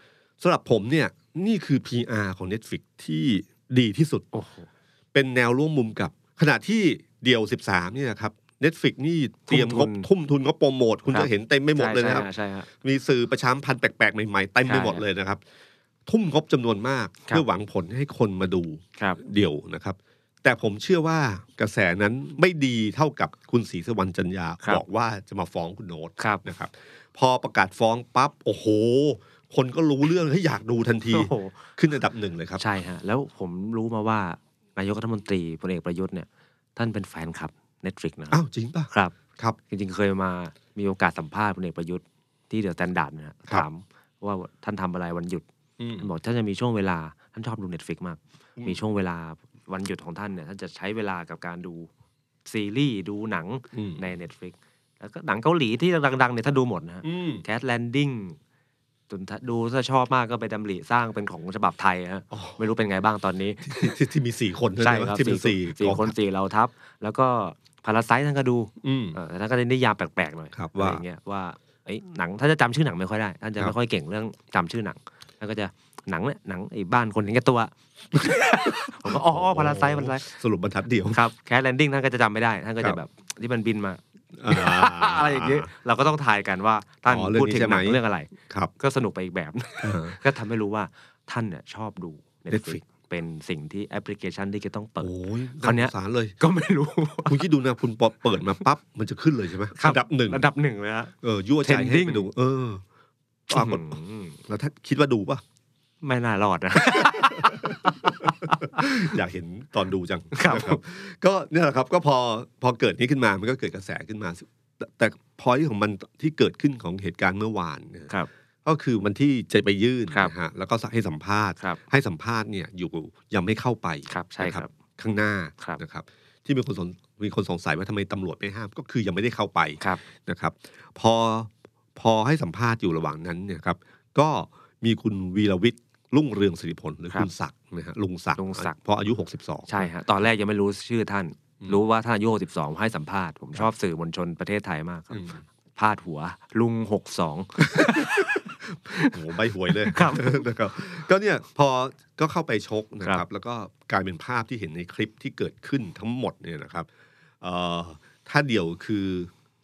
B: สำหรับผมเนี่ยนี่คือ PR ของ Netflix ที่ดีที่สุด
C: โอ้โห
B: เป็นแนวร่วมมุมกับ ขณะที่เดี่ยว 13เนี่ยนะครับ Netflix นี่เตรียมงบ
C: ทุ่
B: ทุ่มทุนงบโปรโมท คุณ
C: ครับ
B: จะเห็นเต็มไม่หมดเลยนะครับ
C: ใช่ใช่ฮะ
B: มีสื่อประชามพันธ์แปลกๆ ใหม่ๆเต็มไปหมด
C: ใช่
B: เลยนะครับ ทุ่มงบจำนวนมาก
C: ครับ
B: เพื่อหวังผลให้คนมาดู
C: ครับ
B: เดี่ยวนะครับ แต่ผมเชื่อว่ากระแสนั้นไม่ดีเท่ากับคุณศรีสวรรณจันยา
C: ครับ
B: บอกว่าจะมาฟ้องคุณโน้ต
C: ครับ
B: นะครับ พอประกาศฟ้องปั๊บโอ้โห คนก็รู้เรื่องให้อยากดูทันที
C: โอ้โห
B: ขึ้นอันดับหนึ่งเลยครับ
C: ใช่ฮะ แล้วผมรู้มาว่านายกรัฐมนตรีพลเอกประยุทธ์เนี่ย ท่านเป็นแฟนคลับ Netflix นะ
B: อ้าวจริงป่ะ
C: ครับ
B: ครับ
C: จริงๆ เคยมามีโอกาสสัมภาษณ์พลเอกประยุทธ์ที่เดอะสแตนดาร์ดนะฮะ
B: ครับ
C: ถามว่าท่านทำอะไรวันหยุด
B: อืม
C: ท่านบอกท่านจะมีช่วงเวลา ท่านชอบดูเน็ตฟิกมาก
B: อืม
C: มีช่วงเวลาวันหยุดของท่านเนี่ยท่านจะใช้เวลากับการดูซีรีส์ดูหนัง
B: อืม
C: ในเน็ตฟิกแล้วก็หนังเกาหลีที่ดังๆเนี่ยท่านดูหมดนะฮะ
B: อืม
C: แคทแลนดิ้งจนถ้าดูถ้าชอบมากก็ไปดำริสร้างเป็นของฉบับไทยฮะ
B: อ๋อ
C: ไม่รู้เป็นไงบ้างตอนนี้
B: ที่ที่ที่มีสี่คนด้วย
C: ใช่
B: นะครับ ที่เป็นสี่
C: สี่
B: กอง
C: คนสี่เราทัพ แล้วก็พาราไซท่านก็ดู
B: อืม
C: เออแต่ท่านก็ได้นิยามแปลกๆหน่อย
B: ครับ
C: อะไร
B: ว่า
C: อย่างเงี้ยว่าไอ้ยหนังท่านจะจำชื่อหนังไม่ค่อยได้ ท่านจะไม่ค่อยเก่งเรื่องจำชื่อหนัง แล้วก็จะหนังเนี่ยหนังไอ้บ้านคนเห็นแก่ตัว ผมก็อ๋ออ๋อพาราไซพาราไซ
B: สรุปบรรทัดเดียว
C: ครับแคสแลนดิ้งท่านก็จะจำไม่ได้ ท่านก็จะแบบที่มันบินมา
B: อ่า
C: อะไรอย่างเงี้ยเราก็ต้องทายกันว่าท่าน
B: อ๋อเรื่อง
C: พูด
B: นี้
C: ถึ
B: ใช่
C: ง
B: ไห
C: ห
B: ม
C: นังเรื่องอะไร
B: ครับ
C: ก็สนุกไปอีกแบบ
B: อ่า
C: ก็ทำให้รู้ว่าท่านเนี่ยชอบดู Netflix
B: Netflix
C: เป็นสิ่งที่แอปพลิเคชันที่จะต้องเปิด
B: โอ้ย
C: คราวเนี้ย
B: สงสารเลย
C: ก็ไม่รู้
B: คุณคิดดูนะคุณปอเปิดมาปั๊บ มันจะขึ้นเลยใช่ไหม
C: ครับ
B: อันดับหนึ่ง
C: ระดับหนึ่งเลยฮะ
B: เออยั่วใจให้
C: Trending
B: ไปดู เออปรากฏ
C: อืม
B: แล้วถ้าคิดว่าดูป่ะ
C: ไม่น่ารอดนะ
B: อยากเห็นตอนดูจัง
C: ครับ
B: นะก็เนี่ยแหละครับก็พอพอเกิดนี้ขึ้นมามันก็เกิดกระแสขึ้นมา แต่แต่พอยของมันที่เกิดขึ้นของเหตุการณ์เมื่อวานเนย
C: ครับ
B: ก็คือมันที่จะไปยื่น
C: ครับ
B: นะฮะแล้วก็ให้สัมภาษณ์
C: ครับ
B: ให้สัมภาษณ์เนี่ยอยู่ยังไม่เข้าไป
C: ครับใช่ครับ
B: นะข้างหน้า
C: ครับ
B: นะครับ ที่มีคนสงมีคนสงสัยว่าทำไมตำรวจไม่ห้าม ก็คือยังไม่ได้เข้าไป
C: ครับ
B: นะครับพอพอให้สัมภาษณ์อยู่ระหว่างนั้นเนี่ยครับก็มีคุณวีรวิทย์รุ่งเรืองสิริพลหรือ
C: ครับ
B: คุณศักดิ์นะฮะลุงศักดิ์
C: ลุงศักดิ์
B: เพราะอายุ 62
C: ใช่ฮะตอนแรกยังไม่รู้ชื่อท่าน รู้ว่าท่านอายุ62 ให้สัมภาษณ์ ผมชอบสื่อมวลชนประเทศไทยมากครับ
B: อืม
C: พาดหัว ลุง 62
B: โอ้โหใบหวยเลย
C: ครับ
B: นะครับก็เนี่ยพอก็เข้าไปชกนะค
C: ครั
B: รับบ แล้วก็กลายเป็นภาพที่เห็นในคลิปที่เกิดขึ้นทั้งหมดเนี่ยนะครับเอ่อถ้าเดี่ยวคือ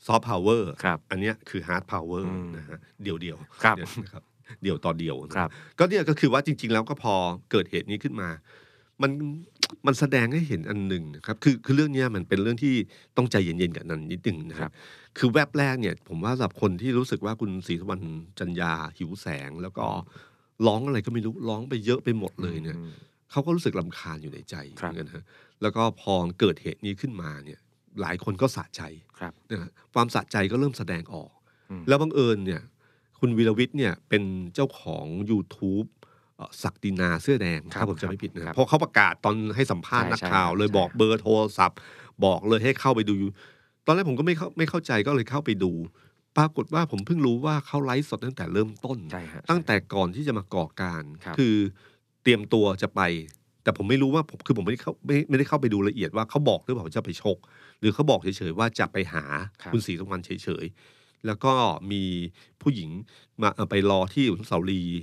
B: ซอฟต์พาวเวอร์
C: ครับ
B: อันเนี้ยคือฮาร์ดพาวเวอร์
C: อืม
B: นะฮะเดี่ยวเดี่ยวๆ
C: ครับ
B: เนี่ยนะครับเดี่ยวต่อเดี่ยวนะ
C: ครับ
B: ก็เนี่ยก็คือว่าจริง ๆ แล้วก็พอเกิดเหตุนี้ขึ้นมา มันมันแสดงให้เห็นอันหนึ่งนะครับ คือคือเรื่องเนี้ยมันเป็นเรื่องที่ต้องใจเย็นๆกับนันนิดหนึ่งนะค
C: ครั
B: รับ บ คือแวบแรกเนี่ย ผมว่าสำหรับคนที่รู้สึกว่าคุณศรีสุวรรณจันยาหิวแสง แล้วก็ร้องอะไรก็ไม่รู้ร้องไปเยอะไปหมดเลยเนี่ย
C: อืม
B: เขาก็รู้สึกลำคาญอยู่ในใจ
C: ครั
B: เห
C: บ
B: มือนกันฮะแล้วก็พอเกิดเหตุนี้ขึ้นมาเนี่ย หลายคนก็สะใจ
C: ครับ
B: นะฮะความสะใจก็เริ่มแสดงออก
C: อืม
B: แล้วบังเอิญเนี่ย คุณวีรวิทย์เนี่ยเป็นเจ้าของ YouTube เอ่อศักดินาเสื้อแดง
C: ครับ
B: ถ้าผมจะไม่ผิด
C: ครั
B: นะ
C: บ
B: เพราะเขาประกาศตอนให้สัมภาษณ์นัก
C: ใช่
B: ข่าว
C: ใช่
B: เลย
C: ใช่
B: บอกเบอร์โทรศัพท์ บอกเลยให้เข้าไปดู ตอนแรกผมก็ไม่เข้าไม่เข้าใจก็เลยเข้าไปดู ปรากฏว่าผมเพิ่งรู้ว่าเขาไลฟ์สดตั้งแต่เริ่มต้น
C: ใช่ฮะ
B: ตั้งแต่ก่อนที่จะมาก่อการ
C: ครับ
B: อเตรียมตัวจะไป แต่ผมไม่รู้ว่าผมคือผมไม่ได้เข้าไม่ไม่ได้เข้าไปดูละเอียดว่าเขาบอกหรือเปล่าว่าจะไปชก หรือเขาบอกเฉยๆว่าจะไปหา
C: ครับ
B: ณศรีสุวรรณเฉยๆ แล้วก็มีผู้หญิงมาเอ่อไปรอที่อนุสาวรีย์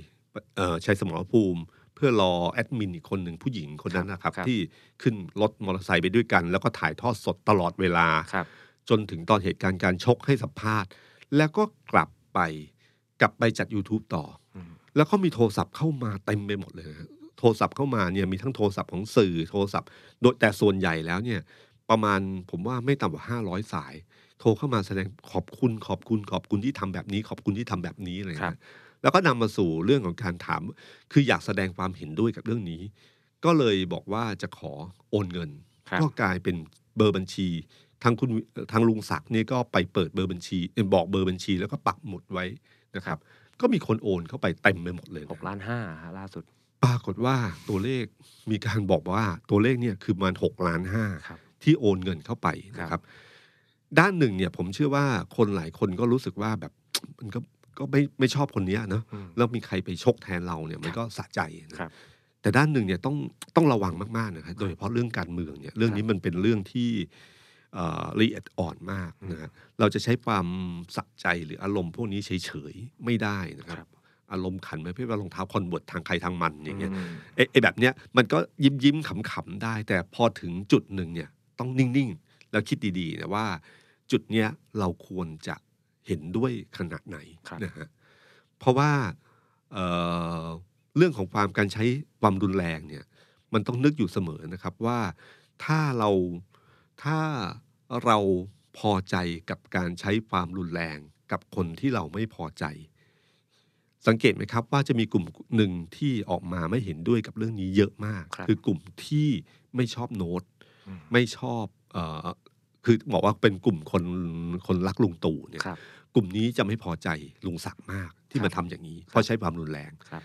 B: เอ่อชัยสมรภูมิ เพื่อรอแอดมินอีกคนหนึ่งผู้หญิงคนนั้นนะครับ
C: ครับ
B: ที่ขึ้นรถมอเตอร์ไซค์ไปด้วยกัน แล้วก็ถ่ายทอดสดตลอดเวลา
C: ครับ
B: จนถึงตอนเหตุการณ์การชกให้สัมภาษณ์ แล้วก็กลับไปกลับไปจัด YouTube ต่อ
C: อืม
B: แล้วก็มีโทรศัพท์เข้ามาเต็มไปหมดเลยนะฮะโทรศัพท์เข้ามาเนี่ยมีทั้งโทรศัพท์ของสื่อโทรศัพท์ โดยแต่ส่วนใหญ่แล้วเนี่ยประมาณผมว่าไม่ต่ำกว่าห้าร้อยสาย โทรเข้ามาแสดงขอบคุณขอบคุณขอบคุณที่ทำแบบนี้ ขอบคุณที่ทำแบบนี้อะไรอย่าง
C: ครั
B: เงี้
C: บ
B: ยแล้วก็นำมาสู่เรื่องของการถาม คืออยากแสดงความเห็นด้วยกับเรื่องนี้ ก็เลยบอกว่าจะขอโอนเงิน
C: ครับ
B: ก็กลายเป็นเบอร์บัญชีทางคุณเอ่อทางลุงศักดิ์เนี่ยก็ไปเปิดเบอร์บัญชีเอ่อบอกเบอร์บัญชีแล้วก็ปักหมุดไว้นะครับ ก็มีคนโอนเข้าไปเต็มไปหมดเลย
C: ห
B: นะ
C: กล้านห้าฮะล่าสุด
B: ปรากฏว่าตัวเลขมีการบอกว่าตัวเลขเนี่ยคือประมันหกล้านห้า
C: ครับ
B: ที่โอนเงินเข้าไปนะค
C: ครั
B: รับ
C: บ
B: ด้านหนึ่งเนี่ยผมเชื่อว่าคนหลายคนก็รู้สึกว่าแบบ มันก็ก็ไม่ไม่ชอบคนเนี้ยเนอะ
C: อืม
B: แล้วมีใครไปชกแทนเราเนี่ยมันก็สะใจนะครับ แต่ด้านหนึ่งเนี่ยต้องต้องระวังมากๆนะครับโดยเฉพาะเรื่องการเมืองเนี่ยเรื่องนี้มันเป็นเรื่องที่เอ่อละเอียดอ่อนมากนะฮะเราจะใช้ความสะใจหรืออารมณ์พวกนี้เฉยๆไม่ได้นะครับ
C: ครับ
B: อารมณ์ขันไหมพี่ว่ารองเท้าคอนเวิร์ตทางใครทางมันอย่างเงี้ย
C: อืม
B: ไอ้ไอ้แบบเนี้ยมันก็ยิ้มยิ้มๆขำๆได้ แต่พอถึงจุดหนึ่งเนี่ยต้องนิ่งๆ แล้วคิดดีๆนะว่า จุดเนี้ยเราควรจะเห็นด้วยขนาดไหน
C: ครับ
B: นะฮะ เพราะว่าเอ่อเรื่องของความการใช้ความรุนแรงเนี่ยมันต้องนึกอยู่เสมอนะครับว่าถ้าเราถ้าเราพอใจกับการใช้ความรุนแรงกับคนที่เราไม่พอใจ สังเกตไหมครับว่าจะมีกลุ่มหนึ่งที่ออกมาไม่เห็นด้วยกับเรื่องนี้เยอะมาก
C: ครับ
B: อกลุ่มที่ไม่ชอบโน้ต
C: อืม
B: ไม่ชอบเออคือบอกว่าเป็นกลุ่มคนคนรักลุงตู่เนี่ย
C: ครับ
B: กลุ่มนี้จะไม่พอใจลุงศักดิ์มากที่
C: ครับ
B: มาทำอย่างนี้ เพราะใช้ความรุนแรง
C: ครับ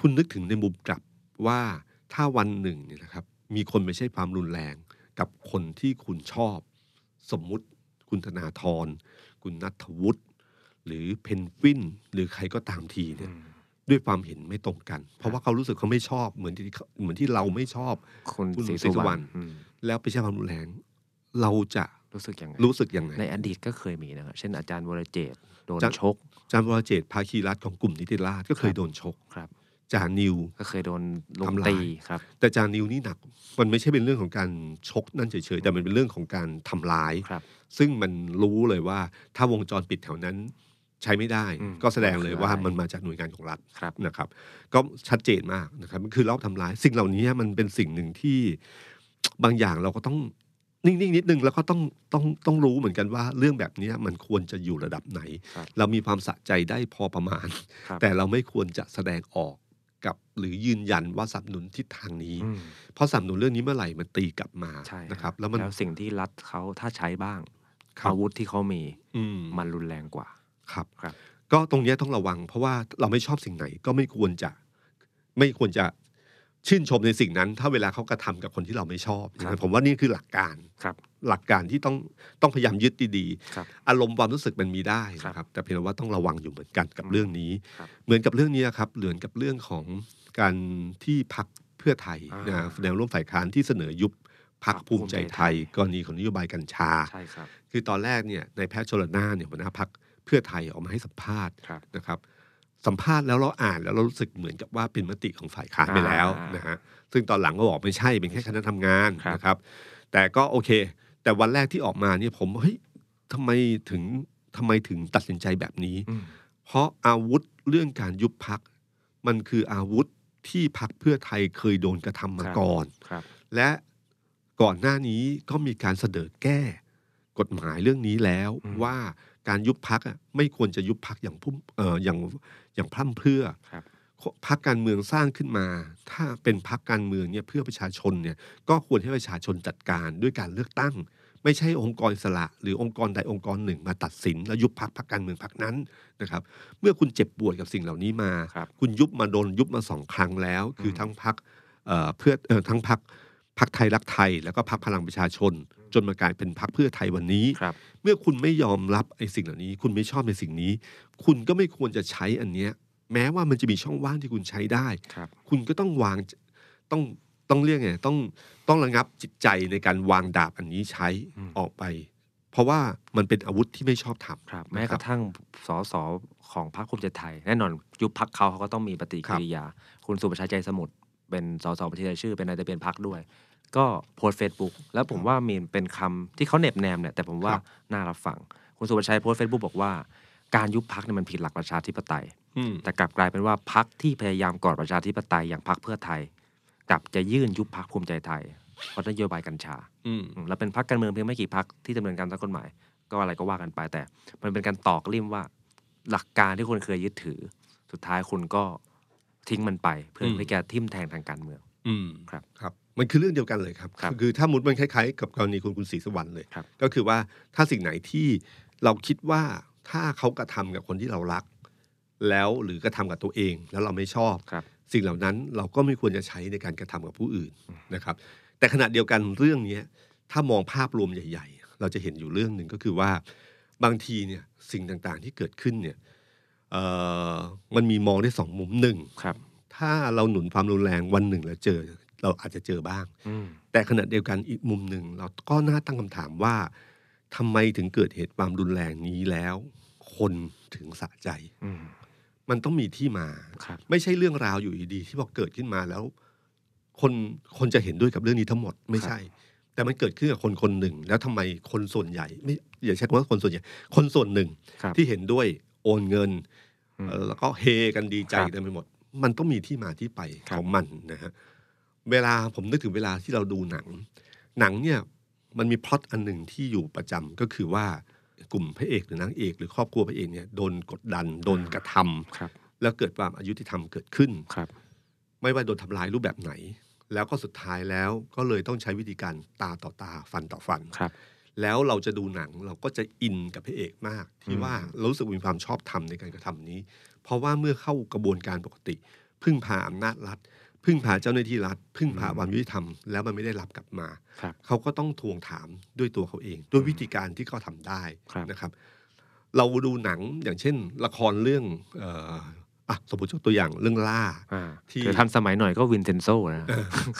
B: คุณนึกถึงในมุมกลับว่าถ้าวันหนึ่งเนี่ยนะครับ มีคนไม่ใช้ความรุนแรง กับคนที่คุณชอบ สมมุติคุณธนาธรคุณนัทวุฒิหรือเพนกวินหรือใครก็ตามทีเนี่ย
C: อืม
B: ด้วยความเห็นไม่ตรงกัน เพราะว่าเขารู้สึกเขาไม่ชอบเหมือนที่เขาเหมือนที่เราไม่ชอบ
C: คุณ
B: คุณ
C: ศรี
B: ศรี
C: สุ
B: สุว
C: ว
B: ร
C: ร
B: ร
C: ร
B: ณ
C: ณอืม
B: แล้วไปใช้ความรุนแรง เราจะ
C: รู้สึกยังไง
B: รู้สึกยังไง
C: ในอดีตก็เคยมีนะครับ เช่นอาจารย์วรเจตน์โดน
B: จะ
C: ชก
B: จามวรเจตน์ภาคีรัฐของกลุ่มนิติราชก็เคย
C: ครับ
B: โดนชก
C: ครับ
B: จานิว
C: ก็เคยโดนลง
B: ทำลาย
C: ตีครับ
B: แต่จานิวนี่หนัก มันไม่ใช่เป็นเรื่องของการชกนั่นเฉยๆ แต่มันเป็นเรื่องของการทำร้าย
C: ครับ
B: ซึ่งมันรู้เลยว่าถ้าวงจรปิดแถวนั้นใช้ไม่ได้
C: อืม
B: ก็แสดงเลยว่า
C: มันคืออะไร
B: มันมาจากหน่วยงานของรัฐ
C: ครับ
B: นะครับ ก็ชัดเจนมากนะครับ มันคือรอบทำร้าย สิ่งเหล่านี้มันเป็นสิ่งหนึ่งที่ บางอย่างเราก็ต้องนิ่งๆนิดนึงแล้วก็ต้องต้องต้องรู้เหมือนกันว่าเรื่องแบบนี้มันควรจะอยู่ระดับไหน
C: ครับ
B: เรามีความสะใจได้พอประมาณ
C: ครับ
B: แต่เราไม่ควรจะแสดงออกกับหรือยืนยันว่าสนับสนุนทิศทางนี้
C: อืม
B: เพราะสนับสนุนเรื่องนี้เมื่อไหร่มันตีกลับมา
C: ใช่ฮ
B: นะครับ แล้วมัน
C: แล้วสิ่งที่รัฐเขาถ้าใช้บ้าง
B: ครั
C: อา
B: บ
C: วุธที่เขามี
B: อืม
C: มันรุนแรงกว่า
B: ครับ
C: ครับ
B: ก็ตรงเนี้ยต้องระวัง เพราะว่าเราไม่ชอบสิ่งไหนก็ไม่ควรจะ ไม่ควรจะชื่นชมในสิ่งนั้น ถ้าเวลาเขากระทำกับคนที่เราไม่ชอบ
C: ครับ
B: ผมว่านี่คือหลักการ
C: ครับ
B: หลักการที่ต้องต้องพยายามยึดดี
C: ครับ
B: ๆอารมณ์ความรู้สึกมันมีได้
C: ครับ
B: นะครับ แต่เพียงแต่ว่าต้องระวังอยู่เหมือนกันกับ
C: อืม
B: เรื่องนี้
C: ครับ
B: เหมือนกับเรื่องนี้ครับเหมือนกับเรื่องของการที่พักเพื่อไทย
C: อ่าน
B: นะแนวร่วมฝ่ายค้านที่เสนอยุบพัก
C: พรรค
B: ภูมิใจ
C: ภูมิใจ
B: ไท
C: ไท
B: ย
C: ย
B: กรณีของนโยบายกัญชา
C: ใช่ครับ
B: คือตอนแรกเนี่ยในายแพทย์ชลนานเนี่ยหัวหน้าพักเพื่อไทยออกมาให้สัมภาษณ์
C: ครับ
B: นะครับ สัมภาษณ์แล้วเราอ่านแล้วเรารู้สึกเหมือนกับว่าเป็นมติของฝ่ายค้านไปแล้ว
C: อ่าน
B: นะฮะซึ่งตอนหลังก็บอกไม่ใช่เป็นแค่คณะทำงาน
C: ครับ
B: นะครับ แต่ก็โอเค แต่วันแรกที่ออกมาเนี่ยผมเฮ้ยทำไมถึงทำไมถึงตัดสินใจแบบนี้
C: อืม
B: เพราะอาวุธเรื่องการยุบพัก มันคืออาวุธที่พักเพื่อไทยเคยโดนกระทำมา
C: ครับ
B: ก่อน
C: ครับ
B: และก่อนหน้านี้ก็มีการเสนอแก้กฎหมายเรื่องนี้แล้ว
C: อืม
B: ว่าการยุบพักไม่ควรจะยุบพักอย่างพุ่มเอ่ออย่างอย่างพร่ำเพรื่อ
C: ครับ
B: พักการเมืองสร้างขึ้นมา ถ้าเป็นพักการเมืองเนี่ยเพื่อประชาชนเนี่ยก็ควรให้ประชาชนจัดการด้วยการเลือกตั้ง ไม่ใช่องค์กรอิสระหรือองค์กรใดองค์กรหนึ่งมาตัดสิน แล้วยุบพักพักการเมืองพักนั้นนะครับ เมื่อคุณเจ็บปวดกับสิ่งเหล่านี้มา
C: ครับ
B: คุณยุบมาโดนยุบมาสองครั้งแล้ว คือ
C: ม
B: ทั้งพักเพื่อเอ่อทั้งพักพักไทยรักไทย แล้วก็พักพลังประชาชน จนมากลายเป็นพักเพื่อไทยวันนี้
C: ครับ
B: เมื่อคุณไม่ยอมรับไอ้สิ่งเหล่านี้ คุณไม่ชอบในสิ่งนี้ คุณก็ไม่ควรจะใช้อันเนี้ยแม้ว่ามันจะมีช่องว่างที่คุณใช้ได้
C: ครับ
B: คุณก็ต้องวางต้องต้องเรียกไงต้องต้องระงับจิตใจในการวางดาบอันนี้ใช้
C: อืม
B: ออกไป เพราะว่ามันเป็นอาวุธที่ไม่ชอบทำ
C: ครับแม้กระทั่งสสของพรรคภูมิใจไทย แน่นอนยุบพักเขาเขาก็ต้องมีปฏิกิริยา คุณสุประชัยใจสมุทรเป็นสสบัญชีรายชื่อ เป็นนายทะเบียนพักด้วย ก็โพสเฟซบุ๊กแล้วผมว่ามีเป็นคำที่เขาเหน็บแนมเนี่ยแต่ผมว่า
B: ครับ
C: น่ารับฟัง คุณสุประชัยโพสเฟซบุ๊กบอกว่า การยุบพักเนี่ยมันผิดหลักประชาธิปไตย
B: อืม
C: แต่กลับกลายเป็นว่าพักที่พยายามกอดประชาธิปไตยอย่างพักเพื่อไทย กลับจะยื่นยุบพักภูมิใจไทยเพราะนโยบายกัญชา
B: อืม
C: อืมแล้วเป็นพักการเมืองเพียงไม่กี่พักที่ดำเนินการตามกฎหมาย ก็อะไรก็ว่ากันไปแต่ มันเป็นการตอกลิ่มว่า หลักการที่คุณเคยยึดถือ สุดท้ายคุณก็ทิ้งมันไป เพื่อ
B: อืม
C: ที่จะทิ่มแทงทางการเมือง
B: อืม
C: ครับ
B: ครับมันคือเรื่องเดียวกันเลยครับ
C: ครับ
B: คือถ้ามุดมันคล้ายๆ กับกรณีคุณคุณศรีสวรรค์เลย
C: ครับ
B: ก็คือว่าถ้าสิ่งไหนที่เราคิดว่าถ้าเขากระทำกับคนที่เรารัก แล้วหรือกระทำกับตัวเองแล้วเราไม่ชอบ
C: ครับ
B: สิ่งเหล่านั้นเราก็ไม่ควรจะใช้ในการกระทำกับผู้อื่นนะครับ แต่ขณะเดียวกันเรื่องเนี้ยถ้ามองภาพรวมใหญ่ ๆ เราจะเห็นอยู่เรื่องหนึ่งก็คือว่าบางทีเนี่ยสิ่งต่างๆที่เกิดขึ้นเนี่ยเอ่อมันมีมองได้สองมุมหนึ่ง
C: ครับ
B: ถ้าเราหนุนความรุนแรงวันหนึ่งเราเจอ เราอาจจะเจอบ้าง
C: อืม
B: แต่ขณะเดียวกันอีกมุมหนึ่ง เราก็น่าตั้งคำถามว่าทำไมถึงเกิดเหตุความรุนแรงนี้แล้ว คนถึงสะใจ
C: อืม
B: มันต้องมีที่มา
C: ครับ
B: ไม่ใช่เรื่องราวอยู่ดีๆที่พอเกิดขึ้นมาแล้ว คนคนจะเห็นด้วยกับเรื่องนี้ทั้งหมดไม่ใช่ แต่มันเกิดขึ้นกับคนคนหนึ่ง แล้วทำไมคนส่วนใหญ่ ไม่อย่าใช้คำว่าคนส่วนใหญ่ คนส่วนหนึ่ง
C: ครับ
B: ที่เห็นด้วยโอนเงิน
C: อืม
B: เอ่อแล้วก็เฮกันดีใจ
C: ครับ
B: เต็มไปหมด มันต้องมีที่มาที่ไป
C: ครับ
B: ของมันนะฮะเวลาผมนึกถึงเวลาที่เราดูหนัง หนังเนี่ยมันมีพล็อตอันหนึ่งที่อยู่ประจำก็คือว่ากลุ่มพระเอกหรือนางเอก หรือครอบครัวพระเอกเนี่ยโดนกดดัน โดนกระทำ
C: ครับ
B: แล้วเกิดความอายุติธรรมเกิดขึ้น
C: ครับ
B: ไม่ว่าโดนทำร้ายรูปแบบไหน แล้วก็สุดท้ายแล้วก็เลยต้องใช้วิธีการตาต่อตาฟันต่อฟัน
C: ครับ
B: แล้วเราจะดูหนังเราก็จะอินกับพระเอกมาก ที่
C: อืม
B: ว่าเรารู้สึกมีความชอบธรรมในการกระทำนี้ เพราะว่าเมื่อเข้ากระบวนการปกติ พึ่งพาอำนาจรัฐ พึ่งพาเจ้าหน้าที่รัฐ พึ่งพาความยุติธรรมแล้วมันไม่ได้รับกลับมา
C: ครับ
B: เขาก็ต้องทวงถามด้วยตัวเขาเอง ด้วยวิธีการที่เขาทำได้
C: ครับ
B: นะครับ เราดูหนังอย่างเช่น ละครเรื่องเอ่ออ่ะสมมติยกตัวอย่างเรื่องล่า
C: อ่า
B: ที่
C: คือทันสมัยหน่อยก็วินเซนโซนะ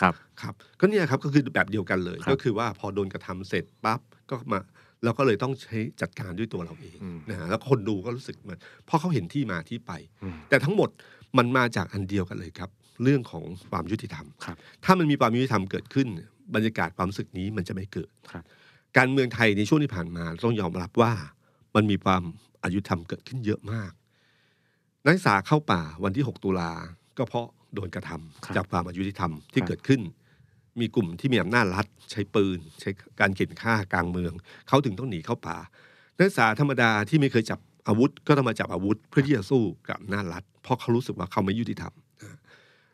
C: ครับ
B: ครับก็เนี่ยครับก็คือแบบเดียวกันเลย
C: ครับ
B: ก็คือว่าพอโดนกระทำเสร็จปั๊บก็มาเราก็เลยต้องใช้จัดการด้วยตัวเราเอง
C: อืม
B: นะฮะแล้วคนดูก็รู้สึกเหมันเพราะเขาเห็นที่มาที่ไป
C: อืม
B: แต่ทั้งหมดมันมาจากอันเดียวกันเลยครับ เรื่องของความยุติธรรม
C: ครับ
B: ถ้ามันมีความยุติธรรมเกิดขึ้น บรรยากาศความรู้สึกนี้มันจะไม่เกิด
C: ครับ
B: การเมืองไทยในช่วงที่ผ่านมาต้องยอมรับว่ามันมีความอายุธรรมเกิดขึ้นเยอะมาก นักศึกษาเข้าป่าวันที่ 6 ตุลาก็เพราะโดนกระทำ
C: ครับ
B: จากความอายุธรรมที่
C: ครับ
B: เกิดขึ้น มีกลุ่มที่มีอำนาจรัฐใช้ปืน ใช้การเข็นฆ่ากลางเมือง เขาถึงต้องหนีเข้าป่า นักศึกษาธรรมดาที่ไม่เคยจับอาวุธ ก็ต้องมาจับอาวุธเพื่อที่จะสู้กับอำนาจรัฐเพราะเขารู้สึกว่าเขาไม่ยุติธรรม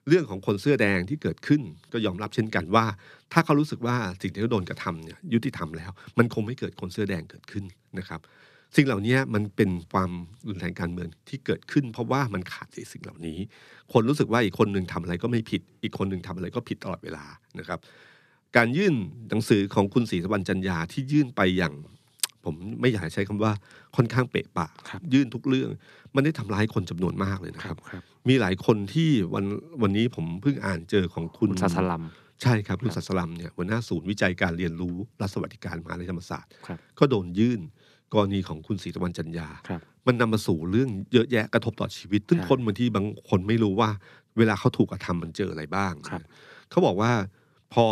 B: เรื่องของคนเสื้อแดงที่เกิดขึ้นก็ยอมรับเช่นกันว่า ถ้าเขารู้สึกว่าสิ่งที่เขาโดนกระทำเนี่ยยุติธรรมแล้ว มันคงไม่เกิดคนเสื้อแดงเกิดขึ้นนะครับ สิ่งเหล่านี้มันเป็นความรุนแรงการเมืองที่เกิดขึ้น เพราะว่ามันขาดไอ้สิ่งเหล่านี้ คนรู้สึกว่าอีกคนหนึ่งทำอะไรก็ไม่ผิด อีกคนหนึ่งทำอะไรก็ผิดตลอดเวลานะครับ การยื่นหนังสือของคุณศรีสวรรณจันยาที่ยื่นไปอย่าง ผมไม่อยากใช้คำว่าค่อนข้างเปะปะ
C: ครับ
B: ยื่นทุกเรื่อง มันได้ทำร้ายคนจำนวนมากเลยนะ
C: ค
B: ค
C: รั
B: รั
C: บบ ครับ
B: มีหลายคนที่วันวันนี้ผมเพิ่งอ่านเจอของคุ
C: คุณศาสลัม
B: ใช่ครับ คุณ
C: ครับ
B: สัสลัมเนี่ยหัวหน้าศูนย์วิจัยการเรียนรู้รัฐสวัสดิการมหาวิทยาลัยธรรมศาสตร์
C: ครับ
B: ก็โดนยื่นกรณีของคุณศรีตะวันจันยา
C: ครับ
B: มันนำมาสู่เรื่องเยอะแยะกระทบต่อชีวิต ซึ่ง
C: ใช่
B: คนบางทีบางคนไม่รู้ว่า เวลาเขาถูกกระทำมันเจออะไรบ้าง
C: ครับ
B: เขาบอกว่าพอ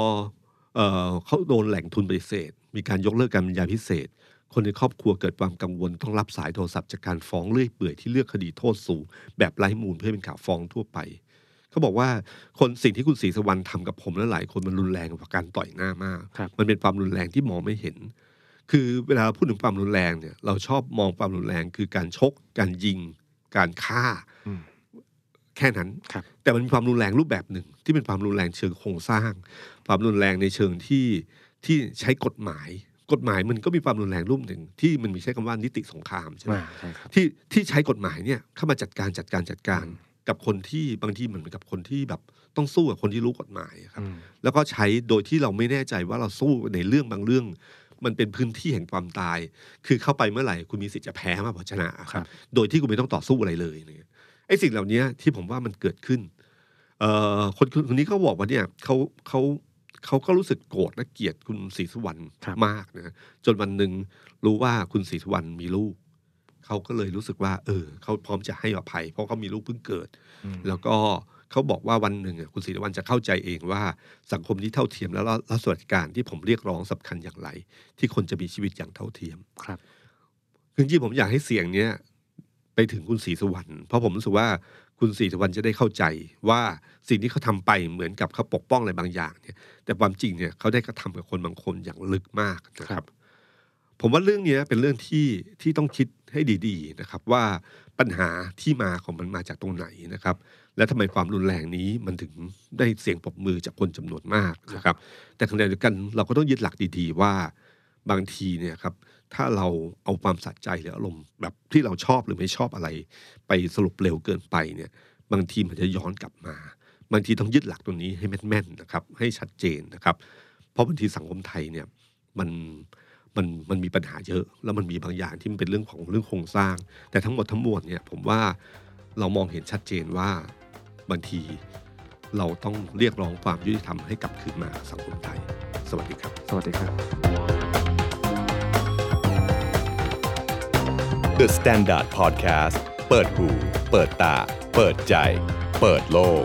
B: เอ่อเขาโดนแหล่งทุนปฏิเสธ มีการยกเลิกการบรรยายพิเศษ คนในครอบครัวเกิดความกังวลต้องรับสายโทรศัพท์จากการฟ้องเลื่อยเปื่อยที่เลือกคดีโทษสูง แบบไร้มูลเพื่อเป็นข่าวฟ้องทั่วไป เขาบอกว่าคนสิ่งที่คุณศรีสวรรค์ทำกับผมและหลายคนมันรุนแรงกว่าการต่อยหน้ามาก
C: ครับ
B: มันเป็นความรุนแรงที่มองไม่เห็น คือเวลาเราพูดถึงความรุนแรงเนี่ยเราชอบมองความรุนแรงคือการชก การยิง การฆ่า
C: อืม
B: แค่นั้น
C: ครับ
B: แต่มันมีความรุนแรงรูปแบบหนึ่ง ที่เป็นความรุนแรงเชิงโครงสร้าง ความรุนแรงในเชิงที่ที่ใช้กฎหมาย กฎหมายมันก็มีความรุนแรงรูปหนึ่งที่มันมีใช้คำว่านิติสงครามใช่ไหม
C: อ่าใช่ครับ
B: ที่ที่ใช้กฎหมายเนี่ยเข้ามาจัดการจัดการจัดการ
C: อืม
B: กับคนที่บางทีเหมือนกับคนที่แบบต้องสู้กับคนที่รู้กฎหมายอะครับ
C: อืม
B: แล้วก็ใช้โดยที่เราไม่แน่ใจว่าเราสู้ในเรื่องบางเรื่อง มันเป็นพื้นที่แห่งความตาย คือเข้าไปเมื่อไหร่คุณมีสิทธิ์จะแพ้มากกว่าชนะอะค
C: ครั
B: รับ
C: บ
B: โดยที่คุณไม่ต้องต่อสู้อะไรเลยเนี่ยไอ้สิ่งเหล่านี้ที่ผมว่ามันเกิดขึ้นเอ่อคนคนคนนี้เขาบอกว่าเนี่ยเขาเขาเขาก็รู้สึกโกรธและเกลียดคุณศรีสุวรรณ
C: ครับ
B: มากนะจนวันหนึ่งรู้ว่าคุณศรีสุวรรณมีลูกเขาก็เลยรู้สึกว่า เออเขาพร้อมจะให้อภัย เพราะเขามีลูกเพิ่งเกิด
C: อืม
B: แล้วก็เขาบอกว่าวันหนึ่งอะคุณศรีวันจะเข้าใจเองว่าสังคมที่เท่าเทียมและรัฐสวัสดิการที่ผมเรียกร้องสำคัญอย่างไร ที่คนจะมีชีวิตอย่างเท่าเทียม
C: ครับ
B: จริงๆผมอยากให้เสียงเนี้ยไปถึงคุณศรีสุวรรณเพราะผมรู้สึกว่าคุณศรีสุวรรณจะได้เข้าใจว่าสิ่งที่เขาทำไปเหมือนกับเขาปกป้องอะไรบางอย่างเนี่ย แต่ความจริงเนี่ยเขาได้กระทำกับคนบางคนอย่างลึกมากนะค
C: ครั
B: รับ
C: บ
B: ผมว่าเรื่องเนี้ยเป็นเรื่องที่ที่ต้องคิดให้ดีๆนะครับ ว่าปัญหาที่มาของมันมาจากตรงไหนนะครับ และทำไมความรุนแรงนี้มันถึงได้เสียงปรบมือจากคนจำนวนมากนะครับ แต่ขณะเดียวกันเราก็ต้องยึดหลักดีๆว่าบางทีเนี่ยครับถ้าเราเอาความสะใจหรืออารมณ์แบบที่เราชอบหรือไม่ชอบอะไร ไปสรุปเร็วเกินไปเนี่ย บางทีมันจะย้อนกลับมา บางทีต้องยึดหลักตรงนี้ให้แม่นๆนะครับ ให้ชัดเจนนะครับ เพราะบางทีสังคมไทยเนี่ยมันมันมันมีปัญหาเยอะ แล้วมันมีบางอย่างที่มันเป็นเรื่องของเรื่องโครงสร้าง แต่ทั้งหมดทั้งมวลเนี่ยผมว่าเรามองเห็นชัดเจนว่าบางทีเราต้องเรียกร้องความยุติธรรมให้กลับคืนมาสังคมไทย สวัสดีครับ
C: สวัสดีครับ
A: The Standard Podcast เปิดหูเปิดตา เปิดใจ เปิดโลก